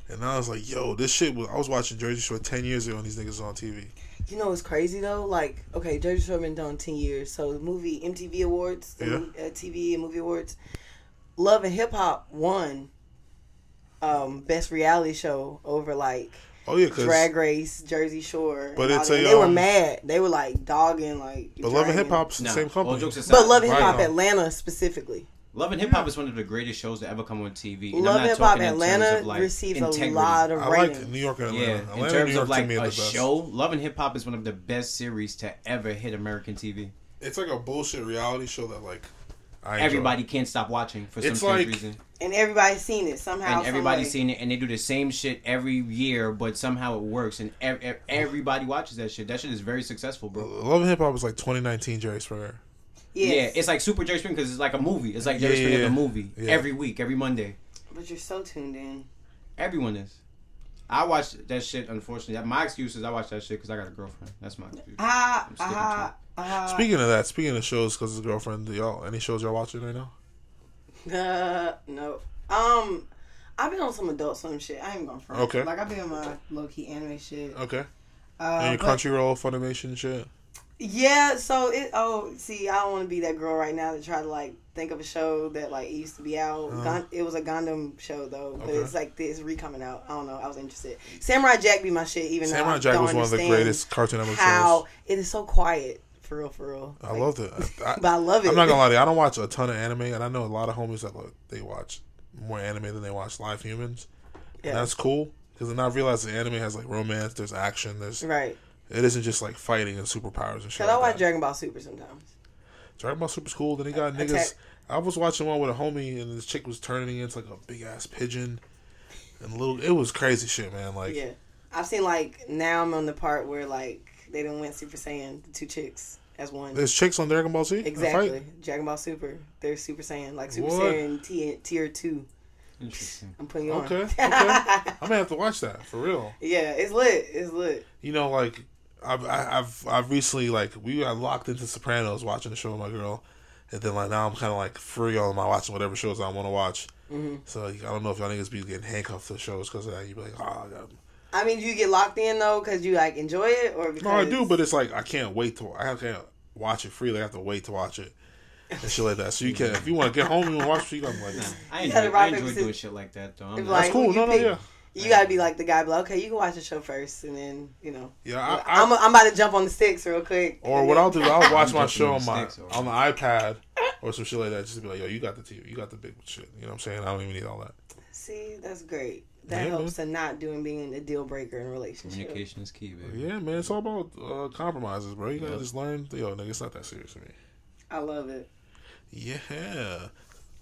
[SPEAKER 7] And I was like, yo, this shit was. I was watching Jersey Shore 10 years ago, and these niggas was on TV.
[SPEAKER 6] You know what's crazy though? Like, okay, Jerry Shore been done ten years. So the movie MTV Awards, the
[SPEAKER 7] Yeah.
[SPEAKER 6] mo- uh, TV and movie awards, Love and Hip Hop won um, best reality show over like
[SPEAKER 7] Oh yeah, cause
[SPEAKER 6] Drag Race, Jersey Shore.
[SPEAKER 7] But
[SPEAKER 6] and all
[SPEAKER 7] it's
[SPEAKER 6] that.
[SPEAKER 7] a,
[SPEAKER 6] they were
[SPEAKER 7] um,
[SPEAKER 6] mad. They were like dogging, like.
[SPEAKER 7] but Love and
[SPEAKER 6] dragging.
[SPEAKER 7] Hip Hop's the
[SPEAKER 4] No,
[SPEAKER 7] same
[SPEAKER 4] all
[SPEAKER 7] company.
[SPEAKER 4] jokes aside,
[SPEAKER 6] But Love and Hip Hop
[SPEAKER 7] Right.
[SPEAKER 6] Atlanta specifically.
[SPEAKER 4] Love and Hip Hop is one of the greatest shows to ever come on TV. And I'm
[SPEAKER 6] Love
[SPEAKER 4] not
[SPEAKER 6] and Hip Hop
[SPEAKER 4] talking in terms
[SPEAKER 6] Atlanta
[SPEAKER 4] of, like,
[SPEAKER 6] receives
[SPEAKER 4] integrity.
[SPEAKER 6] a lot of
[SPEAKER 7] I
[SPEAKER 6] ratings.
[SPEAKER 7] like New York and Atlanta.
[SPEAKER 4] Yeah,
[SPEAKER 7] Atlanta,
[SPEAKER 4] in terms
[SPEAKER 7] New York
[SPEAKER 4] of like
[SPEAKER 7] to me are
[SPEAKER 4] a
[SPEAKER 7] the best.
[SPEAKER 4] show, Love and Hip Hop is one of the best series to ever hit American TV.
[SPEAKER 7] It's like a bullshit reality show that like I enjoy.
[SPEAKER 4] Everybody can't stop watching for some
[SPEAKER 7] It's
[SPEAKER 4] strange
[SPEAKER 7] like-
[SPEAKER 4] reason,
[SPEAKER 6] and everybody's seen it somehow.
[SPEAKER 4] and everybody's seen
[SPEAKER 6] someway.
[SPEAKER 4] it, and they do the same shit every year, but somehow it works, and ev- ev- everybody watches that shit. That shit is very successful, bro.
[SPEAKER 7] Love and Hip Hop is like 2019 Jerry Springer.
[SPEAKER 6] Yes.
[SPEAKER 4] Yeah, it's like Super Jerry Spring because it's like a movie. It's like Jerry
[SPEAKER 7] Yeah,
[SPEAKER 4] Spring
[SPEAKER 7] yeah,
[SPEAKER 4] of the
[SPEAKER 7] yeah.
[SPEAKER 4] movie
[SPEAKER 7] Yeah.
[SPEAKER 4] every week, every Monday.
[SPEAKER 6] but you're so tuned in.
[SPEAKER 4] Everyone is. I watch that shit. Unfortunately, my excuse is I watch that shit because I got a girlfriend. That's my excuse.
[SPEAKER 6] Ah,
[SPEAKER 4] sticking to
[SPEAKER 6] ah, ah.
[SPEAKER 7] Speaking of that, speaking of shows, because his girlfriend, do y'all any shows y'all watching right now?
[SPEAKER 6] Uh, no. Um, I've been on some Adult Swim shit. I ain't gonna front.
[SPEAKER 7] Okay.
[SPEAKER 6] Like I've been on my low key anime shit.
[SPEAKER 7] Okay,
[SPEAKER 6] Uh,
[SPEAKER 7] any
[SPEAKER 6] but-
[SPEAKER 7] Crunchyroll, Funimation shit.
[SPEAKER 6] Yeah. So it. Oh, see, I don't want to be that girl right now to try to like think of a show that like it used to be out. Gun- it was a Gundam show though, but
[SPEAKER 7] Okay.
[SPEAKER 6] it's like this recoming out. I don't know. I was interested. Samurai Jack be my shit. Even though
[SPEAKER 7] Samurai
[SPEAKER 6] I
[SPEAKER 7] Jack
[SPEAKER 6] don't
[SPEAKER 7] was one of the
[SPEAKER 6] understand
[SPEAKER 7] greatest cartoon ever
[SPEAKER 6] How
[SPEAKER 7] shows.
[SPEAKER 6] it is so quiet. For real. For real.
[SPEAKER 7] I loved it. I,
[SPEAKER 6] But I love it.
[SPEAKER 7] I'm not gonna lie to you. I don't watch a ton of anime, and I know a lot of homies that like, they watch more anime than they watch live humans.
[SPEAKER 6] Yeah.
[SPEAKER 7] And that's cool because then I realize the anime has like romance, there's action, there's
[SPEAKER 6] Right.
[SPEAKER 7] it isn't just like fighting and superpowers and shit.
[SPEAKER 6] Cause I
[SPEAKER 7] Like
[SPEAKER 6] watch
[SPEAKER 7] that.
[SPEAKER 6] Dragon Ball Super sometimes.
[SPEAKER 7] Dragon Ball Super's cool. Then they got niggas.
[SPEAKER 6] Attack.
[SPEAKER 7] I was watching one with a homie, and this chick was turning into like a big ass pigeon, and little. It was crazy shit, man. Like
[SPEAKER 6] Yeah. I've seen like now I'm on the part where like they done went Super Saiyan, the two chicks as one.
[SPEAKER 7] there's chicks on Dragon Ball Z. that
[SPEAKER 6] Exactly.
[SPEAKER 7] fight?
[SPEAKER 6] Dragon Ball Super. They're Super Saiyan. Like Super
[SPEAKER 7] What?
[SPEAKER 6] Saiyan T- tier two.
[SPEAKER 4] Interesting.
[SPEAKER 6] I'm putting you on.
[SPEAKER 7] Okay. Okay. I'm gonna have to watch that for real.
[SPEAKER 6] Yeah, it's lit. It's lit.
[SPEAKER 7] You know, like I've I- I've I've recently like we got locked into Sopranos watching the show with my girl, and then like now I'm kind of like free on my watching whatever shows I want to watch.
[SPEAKER 6] Mm-hmm.
[SPEAKER 7] So like, I don't know if y'all niggas be getting handcuffed to shows because of that. You be like, oh, I got
[SPEAKER 6] I mean, do you get locked in though because you like enjoy it or because
[SPEAKER 7] No, I do, but it's like I can't wait to I can't watch it freely. I have to wait to watch it and shit like that. So you can if you want to get home, you want to watch. it, You I'm like,
[SPEAKER 4] I
[SPEAKER 6] You had
[SPEAKER 4] enjoy,
[SPEAKER 6] a right
[SPEAKER 4] I enjoy
[SPEAKER 6] back to-
[SPEAKER 4] doing shit like that though. I'm
[SPEAKER 6] It's
[SPEAKER 4] not-
[SPEAKER 7] that's
[SPEAKER 6] Like,
[SPEAKER 7] cool.
[SPEAKER 6] when you
[SPEAKER 7] No, no,
[SPEAKER 6] pick-
[SPEAKER 7] yeah,
[SPEAKER 6] You gotta be like the guy, be like, okay, you can watch the show first, and then you know,
[SPEAKER 7] yeah. I, I,
[SPEAKER 6] I, am I'm about to jump on the sticks real quick.
[SPEAKER 7] or
[SPEAKER 6] and
[SPEAKER 7] what
[SPEAKER 6] then-
[SPEAKER 7] I'll do, I'll watch my
[SPEAKER 4] I'm
[SPEAKER 7] show on
[SPEAKER 4] just
[SPEAKER 7] my
[SPEAKER 4] doing sticks
[SPEAKER 7] on the iPad or some shit like that. Just to be like, yo, you got the TV, you got the big shit. You know what I'm saying? I don't even need all that.
[SPEAKER 6] see. That's great. That
[SPEAKER 7] Yeah,
[SPEAKER 6] helps to not doing being a deal breaker in a relationship.
[SPEAKER 4] Communication is key, baby.
[SPEAKER 7] Yeah, man, it's all about uh, compromises, bro. You gotta
[SPEAKER 4] Yep.
[SPEAKER 7] just learn. Yo, nigga, it's not that serious to me.
[SPEAKER 6] I love it.
[SPEAKER 7] Yeah,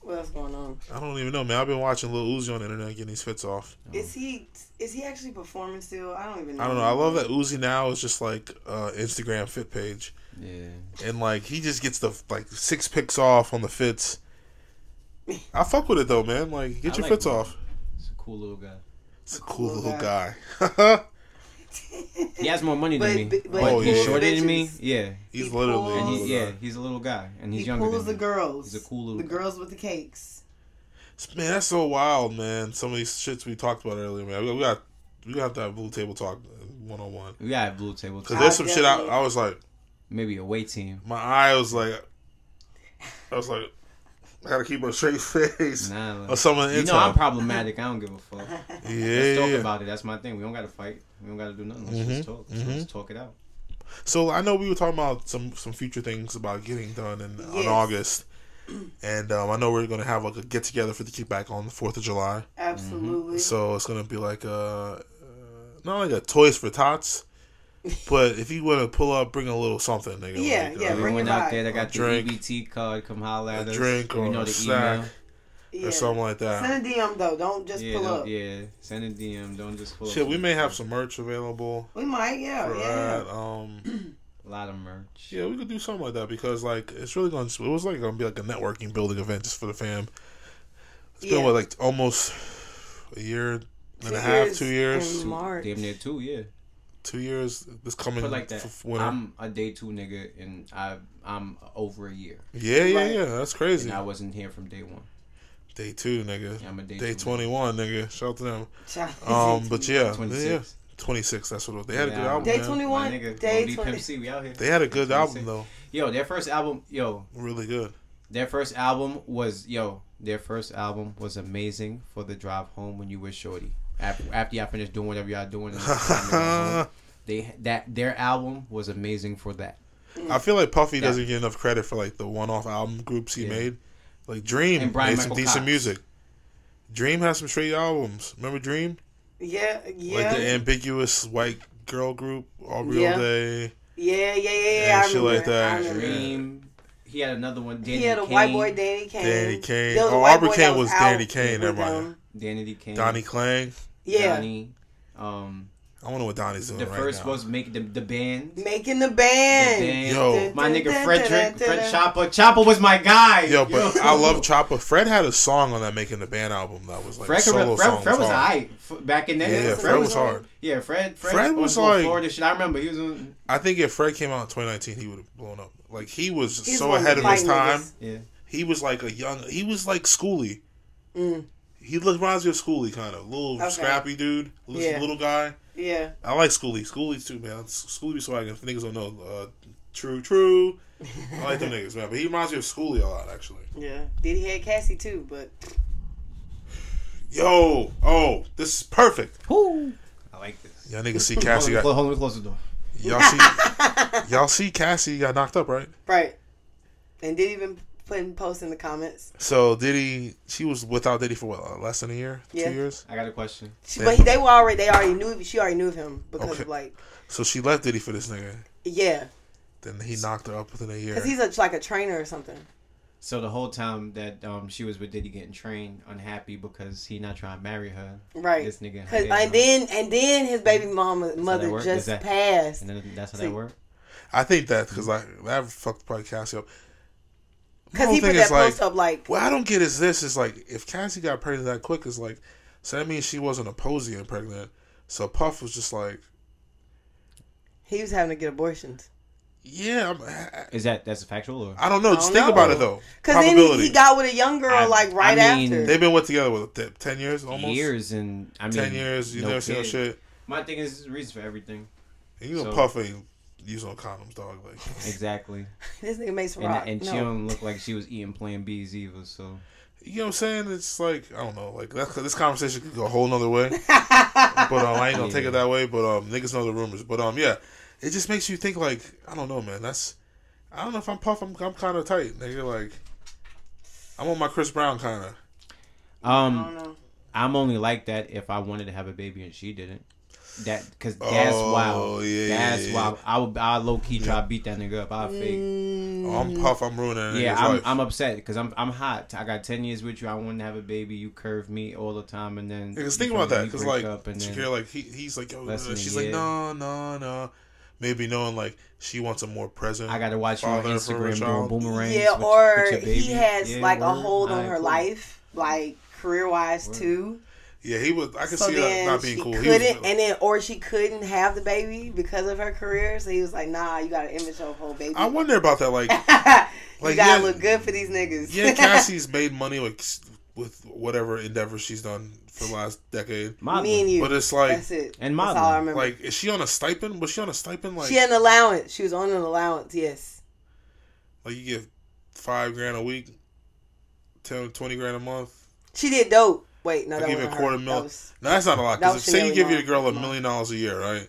[SPEAKER 6] What else going on?
[SPEAKER 7] I don't even know, man. I've been watching Lil Uzi on the internet getting these fits off.
[SPEAKER 6] Is he is he actually performing still? I don't even know.
[SPEAKER 7] Oh. I don't know. I love that Uzi now is just like uh, Instagram fit page,
[SPEAKER 4] Yeah.
[SPEAKER 7] and like he just gets the like six picks off on the fits. I fuck with it though, man. Like get
[SPEAKER 4] I
[SPEAKER 7] your
[SPEAKER 4] like
[SPEAKER 7] fits
[SPEAKER 4] Uzi.
[SPEAKER 7] off.
[SPEAKER 4] It's a cool little guy.
[SPEAKER 7] It's a cool
[SPEAKER 6] Cool
[SPEAKER 7] little guy.
[SPEAKER 6] guy.
[SPEAKER 4] He has more money
[SPEAKER 6] But-
[SPEAKER 4] than me,
[SPEAKER 6] but-
[SPEAKER 4] but,
[SPEAKER 6] but
[SPEAKER 7] he
[SPEAKER 4] Oh, he's
[SPEAKER 7] pulls
[SPEAKER 4] shorter than me.
[SPEAKER 6] bitches.
[SPEAKER 4] Yeah.
[SPEAKER 7] he's
[SPEAKER 6] He
[SPEAKER 7] literally
[SPEAKER 6] pulls-
[SPEAKER 7] a
[SPEAKER 4] And
[SPEAKER 7] little
[SPEAKER 4] he, yeah,
[SPEAKER 7] guy.
[SPEAKER 4] he's a little guy, and he's
[SPEAKER 6] he
[SPEAKER 4] younger
[SPEAKER 6] pulls
[SPEAKER 4] than
[SPEAKER 6] the
[SPEAKER 4] me.
[SPEAKER 6] girls.
[SPEAKER 4] He's a cool little
[SPEAKER 6] The
[SPEAKER 4] guy.
[SPEAKER 6] girls with the cakes.
[SPEAKER 7] man. That's so wild, man. Some of these shits we talked about earlier, man. We, we got we got that blue table talk one on one
[SPEAKER 4] We gotta have blue table
[SPEAKER 7] because
[SPEAKER 4] talk.
[SPEAKER 7] there's some shit I,
[SPEAKER 6] definitely-
[SPEAKER 7] I was like,
[SPEAKER 4] Maybe a away team.
[SPEAKER 7] my eye was like, I was like, I gotta keep a straight face.
[SPEAKER 4] Nah,
[SPEAKER 7] Or Oh, some of the
[SPEAKER 4] you know I'm
[SPEAKER 7] intel.
[SPEAKER 4] problematic. I don't give a fuck.
[SPEAKER 7] yeah,
[SPEAKER 4] Let's talk
[SPEAKER 7] yeah. Mm-hmm,
[SPEAKER 4] about it. That's my thing. We don't gotta fight. We don't gotta do nothing. Let's just talk. Let's talk it out.
[SPEAKER 7] So I know we were talking about some some future things about getting done in on
[SPEAKER 6] Yes.
[SPEAKER 7] August, and um, I know we're gonna have like a get together for the kickback on the Fourth of July.
[SPEAKER 4] Mm-hmm.
[SPEAKER 6] Absolutely.
[SPEAKER 7] So it's gonna be like a uh, not like a Toys for Tots, but if you wanna pull up, bring a little something, nigga.
[SPEAKER 6] Yeah, yeah,
[SPEAKER 7] like, uh,
[SPEAKER 6] bring
[SPEAKER 4] Everyone
[SPEAKER 6] your
[SPEAKER 4] out
[SPEAKER 6] vibe.
[SPEAKER 4] there that got the
[SPEAKER 7] drink.
[SPEAKER 4] EBT card, come holler at
[SPEAKER 7] A
[SPEAKER 4] us.
[SPEAKER 7] drink
[SPEAKER 4] You
[SPEAKER 7] or
[SPEAKER 4] know
[SPEAKER 7] a
[SPEAKER 4] the
[SPEAKER 7] snack
[SPEAKER 4] email.
[SPEAKER 6] yeah.
[SPEAKER 7] or something like that.
[SPEAKER 6] Send a DM though. Don't just
[SPEAKER 4] Yeah,
[SPEAKER 6] pull
[SPEAKER 4] don't-
[SPEAKER 6] up.
[SPEAKER 4] yeah. Send a DM. Don't just pull
[SPEAKER 7] Shit,
[SPEAKER 4] up.
[SPEAKER 7] we may have some merch available.
[SPEAKER 6] We might. Oh, Yeah.
[SPEAKER 7] For
[SPEAKER 6] yeah.
[SPEAKER 7] that. Um,
[SPEAKER 4] a lot of merch.
[SPEAKER 7] yeah, we could do something like that because like it's really going. to It was like going to be like a networking building event just for the fam. It's been
[SPEAKER 6] Yeah.
[SPEAKER 7] what like almost a year and
[SPEAKER 6] Two
[SPEAKER 7] a half,
[SPEAKER 6] years
[SPEAKER 7] two years,
[SPEAKER 6] in March.
[SPEAKER 4] Damn near two, yeah.
[SPEAKER 7] two years. This coming
[SPEAKER 4] Put like that.
[SPEAKER 7] f- winter.
[SPEAKER 4] I'm a day two nigga, and I I'm over a year,
[SPEAKER 7] yeah, yeah,
[SPEAKER 6] Right.
[SPEAKER 7] yeah. That's crazy.
[SPEAKER 4] and I wasn't here from day one.
[SPEAKER 7] Day two, nigga.
[SPEAKER 4] Yeah, I'm a day
[SPEAKER 7] day
[SPEAKER 4] two.
[SPEAKER 7] twenty one, nigga. Shout out to them.
[SPEAKER 6] Child-
[SPEAKER 7] Um, but yeah, yeah,
[SPEAKER 4] 26.
[SPEAKER 7] Twenty six. That's what it was. They had a good
[SPEAKER 4] Yeah.
[SPEAKER 7] album.
[SPEAKER 6] Day
[SPEAKER 7] man.
[SPEAKER 6] twenty
[SPEAKER 4] My
[SPEAKER 6] one,
[SPEAKER 4] nigga,
[SPEAKER 6] day
[SPEAKER 4] Lil Peep
[SPEAKER 6] twenty.
[SPEAKER 4] Pimp C, we out here.
[SPEAKER 7] They had a good album
[SPEAKER 4] 26.
[SPEAKER 7] though.
[SPEAKER 4] Yo, their first album, yo,
[SPEAKER 7] Really good.
[SPEAKER 4] their first album was, yo, their first album was amazing for the drive home when you were shorty. After, after y'all finished doing whatever y'all doing, and it's time to go home, they that their album was amazing for that.
[SPEAKER 7] I feel like Puffy
[SPEAKER 4] Mm. Yeah.
[SPEAKER 7] doesn't get enough credit for like the one-off album groups he
[SPEAKER 4] Yeah.
[SPEAKER 7] made. Like Dream
[SPEAKER 4] And Brian
[SPEAKER 7] made some
[SPEAKER 4] Michael
[SPEAKER 7] decent
[SPEAKER 4] Cox.
[SPEAKER 7] music. Dream has some straight albums. Remember Dream?
[SPEAKER 6] Yeah, yeah,
[SPEAKER 7] Like the ambiguous white girl group, All Real
[SPEAKER 6] Yeah.
[SPEAKER 7] Day.
[SPEAKER 6] yeah, yeah, yeah, yeah.
[SPEAKER 7] Yeah,
[SPEAKER 6] I
[SPEAKER 7] shit
[SPEAKER 6] remember.
[SPEAKER 7] like that.
[SPEAKER 6] I remember.
[SPEAKER 4] Dream. He had another one. Danny
[SPEAKER 6] He had a
[SPEAKER 4] Kane,
[SPEAKER 6] white boy, Danny Kane.
[SPEAKER 7] Danny Kane.
[SPEAKER 6] There was a
[SPEAKER 7] Oh,
[SPEAKER 6] white
[SPEAKER 7] Albert
[SPEAKER 6] boy
[SPEAKER 7] Kane
[SPEAKER 6] that
[SPEAKER 7] was Danny
[SPEAKER 6] out
[SPEAKER 7] Kane, never
[SPEAKER 6] with
[SPEAKER 7] mind.
[SPEAKER 6] them.
[SPEAKER 4] Danny Kane.
[SPEAKER 7] Donnie Clang.
[SPEAKER 6] Yeah,
[SPEAKER 4] Donnie. Um,
[SPEAKER 7] I wonder what Donnie's doing
[SPEAKER 4] the
[SPEAKER 7] right
[SPEAKER 4] first
[SPEAKER 7] now.
[SPEAKER 4] was make the the band.
[SPEAKER 6] making the
[SPEAKER 4] The
[SPEAKER 6] band.
[SPEAKER 4] band.
[SPEAKER 7] Yo.
[SPEAKER 4] My nigga Frederick, Fred
[SPEAKER 6] Shop.
[SPEAKER 4] Chopper. Chopper was my guy.
[SPEAKER 7] Yo, but I love Chopper. Fred had a song on that Making the Band album that was like
[SPEAKER 4] Fred,
[SPEAKER 7] solo
[SPEAKER 4] Fred,
[SPEAKER 7] song.
[SPEAKER 4] Fred, was high back in that.
[SPEAKER 7] Yeah, yeah, Fred was hard.
[SPEAKER 4] Yeah, Fred. Fred,
[SPEAKER 7] Fred
[SPEAKER 4] on
[SPEAKER 7] was
[SPEAKER 4] Fort
[SPEAKER 7] like-
[SPEAKER 4] Florida shit. I remember he was on.
[SPEAKER 7] I think if Fred came out in 2019, he would have blown up. Like he was
[SPEAKER 6] He's
[SPEAKER 7] so
[SPEAKER 6] one of
[SPEAKER 7] ahead
[SPEAKER 6] the
[SPEAKER 7] of his
[SPEAKER 6] fighting
[SPEAKER 7] time.
[SPEAKER 6] niggas.
[SPEAKER 4] Yeah,
[SPEAKER 7] He was like a young. He was like Schooly. He looked reminds me of Schooly kind of little
[SPEAKER 6] Mm. Okay.
[SPEAKER 7] scrappy dude, little,
[SPEAKER 6] Yeah.
[SPEAKER 7] little guy.
[SPEAKER 6] Yeah,
[SPEAKER 7] I like Schooly. Schooly's too man. Schooly be swag. If niggas don't know, uh, true, true. I like them niggas, man. But he reminds me of Schooly a lot, actually.
[SPEAKER 6] yeah. Diddy had Cassie too, but
[SPEAKER 7] Yo, oh, this is perfect.
[SPEAKER 4] I like this.
[SPEAKER 7] Y'all niggas see Cassie
[SPEAKER 4] hold, on,
[SPEAKER 7] got
[SPEAKER 4] hold on, close the door.
[SPEAKER 7] y'all see y'all see Cassie got knocked up, right?
[SPEAKER 6] right. And Diddy even putting posts in the comments.
[SPEAKER 7] So Diddy, she was without Diddy for what, uh, less than a year,
[SPEAKER 6] Yeah.
[SPEAKER 7] two years.
[SPEAKER 4] I got a question.
[SPEAKER 6] She, but he, they were already they already knew she already knew of him because
[SPEAKER 7] Okay.
[SPEAKER 6] of like
[SPEAKER 7] So she left Diddy for this nigga.
[SPEAKER 6] yeah
[SPEAKER 7] Then he knocked her up within a year.
[SPEAKER 6] because he's a, like a trainer or something.
[SPEAKER 4] So the whole time that um she was with Diddy getting trained, unhappy because he not trying to marry her.
[SPEAKER 6] Right.
[SPEAKER 4] This nigga.
[SPEAKER 6] 'Cause- and then and then his baby mama mother
[SPEAKER 4] work? Is
[SPEAKER 6] just
[SPEAKER 4] that-
[SPEAKER 6] passed.
[SPEAKER 4] And then that's how
[SPEAKER 6] See-
[SPEAKER 4] that worked.
[SPEAKER 7] I think that because like that fucked probably Cassie up. My
[SPEAKER 6] Because
[SPEAKER 7] whole
[SPEAKER 6] he put
[SPEAKER 7] thing
[SPEAKER 6] that
[SPEAKER 7] is, like,
[SPEAKER 6] post up like,
[SPEAKER 7] What I don't get is this: is like if Cassie got pregnant that quick, is like so that means she wasn't opposed to getting pregnant. So Puff was just like,
[SPEAKER 6] he was having to get abortions.
[SPEAKER 7] yeah, I'm, I,
[SPEAKER 4] Is that that's factual or?
[SPEAKER 7] I don't know. Just
[SPEAKER 6] don't
[SPEAKER 7] think about
[SPEAKER 6] know.
[SPEAKER 7] it though.
[SPEAKER 6] Because then he, he got with a young girl
[SPEAKER 4] I-
[SPEAKER 6] like
[SPEAKER 4] I
[SPEAKER 6] right
[SPEAKER 4] mean,
[SPEAKER 6] after.
[SPEAKER 7] They've been with together what th- ten years almost.
[SPEAKER 4] years and I mean
[SPEAKER 7] Ten years. You
[SPEAKER 4] no
[SPEAKER 7] never seen no
[SPEAKER 4] kid.
[SPEAKER 7] shit.
[SPEAKER 4] My thing is there's a reason for everything.
[SPEAKER 7] And you know
[SPEAKER 4] So-
[SPEAKER 7] Puff ain't using no condoms, dog. Like
[SPEAKER 4] Exactly.
[SPEAKER 6] this nigga makes
[SPEAKER 4] And,
[SPEAKER 6] rock.
[SPEAKER 4] and
[SPEAKER 6] no.
[SPEAKER 4] she don't look like she was eating Plan B's either. So
[SPEAKER 7] you know what I'm saying? It's like I don't know. Like that, this conversation could go a whole nother way. but um, I ain't gonna take it that way. But um, niggas know the rumors. But um, yeah, it just makes you think. Like I don't know, man. That's I don't know if I'm puff. I'm, I'm kind of tight, nigga. Like I'm on my Chris Brown kind of.
[SPEAKER 6] I don't
[SPEAKER 4] um,
[SPEAKER 6] know.
[SPEAKER 4] I'm only like that if I wanted to have a baby and she didn't. That because
[SPEAKER 7] Oh,
[SPEAKER 4] that's wild.
[SPEAKER 7] yeah,
[SPEAKER 4] that's
[SPEAKER 7] yeah,
[SPEAKER 4] wild. I would I low key try to beat that nigga up. I fake.
[SPEAKER 6] Mm.
[SPEAKER 7] Oh, I'm puff. I'm ruining that
[SPEAKER 4] Mm. Yeah,
[SPEAKER 7] nigga's
[SPEAKER 4] I'm,
[SPEAKER 7] life.
[SPEAKER 4] I'm upset because I'm I'm hot. I got ten years with you. I want to have a baby. You curve me all the time, and then
[SPEAKER 7] Because think about
[SPEAKER 4] you
[SPEAKER 7] that. Because
[SPEAKER 4] break
[SPEAKER 7] like
[SPEAKER 4] up and
[SPEAKER 7] Shakira,
[SPEAKER 4] then,
[SPEAKER 7] like he, he's like, oh,
[SPEAKER 4] Less than a
[SPEAKER 7] she's like,
[SPEAKER 4] year.
[SPEAKER 7] no, no, no. Maybe knowing like she wants a more present.
[SPEAKER 4] I gotta watch you on
[SPEAKER 7] father for her
[SPEAKER 4] Instagram doing
[SPEAKER 7] child.
[SPEAKER 4] boomerangs.
[SPEAKER 6] Yeah,
[SPEAKER 4] with-
[SPEAKER 6] or
[SPEAKER 4] with your
[SPEAKER 6] he
[SPEAKER 4] baby.
[SPEAKER 6] has
[SPEAKER 4] Yeah,
[SPEAKER 6] like a
[SPEAKER 4] word.
[SPEAKER 6] hold on
[SPEAKER 4] Alright,
[SPEAKER 6] her
[SPEAKER 4] cool.
[SPEAKER 6] life, like career wise too.
[SPEAKER 7] Yeah, he was. I could
[SPEAKER 6] So
[SPEAKER 7] see that
[SPEAKER 6] then
[SPEAKER 7] not
[SPEAKER 6] she
[SPEAKER 7] being cool. He was,
[SPEAKER 6] couldn't, and then or she couldn't have the baby because of her career. So he was like, "Nah, you got to image your whole baby.
[SPEAKER 7] I wonder about that. Like,
[SPEAKER 6] you
[SPEAKER 7] like,
[SPEAKER 6] gotta
[SPEAKER 7] yeah.
[SPEAKER 6] look good for these niggas."
[SPEAKER 7] yeah, Cassie's made money like s- with whatever endeavor she's done for the last decade.
[SPEAKER 6] me and you.
[SPEAKER 7] But it's like,
[SPEAKER 6] That's it.
[SPEAKER 4] And
[SPEAKER 6] That's
[SPEAKER 4] modeling.
[SPEAKER 6] all I remember.
[SPEAKER 7] like, is she on a stipend? Was she on a stipend? Like,
[SPEAKER 6] she had an allowance. She was on an allowance. Yes.
[SPEAKER 7] like you get five grand a week, 10, 20 grand a month.
[SPEAKER 6] She did dope. Wait, no,
[SPEAKER 7] Like
[SPEAKER 6] that
[SPEAKER 7] even
[SPEAKER 6] wasn't
[SPEAKER 7] a
[SPEAKER 6] her.
[SPEAKER 7] quarter
[SPEAKER 6] That
[SPEAKER 7] mil.
[SPEAKER 6] was-
[SPEAKER 7] No, that's not a lot.
[SPEAKER 6] that
[SPEAKER 7] Because
[SPEAKER 6] was
[SPEAKER 7] say
[SPEAKER 6] Chanel
[SPEAKER 7] you give your
[SPEAKER 6] Mom.
[SPEAKER 7] girl a
[SPEAKER 6] Mom.
[SPEAKER 7] million dollars a year, right?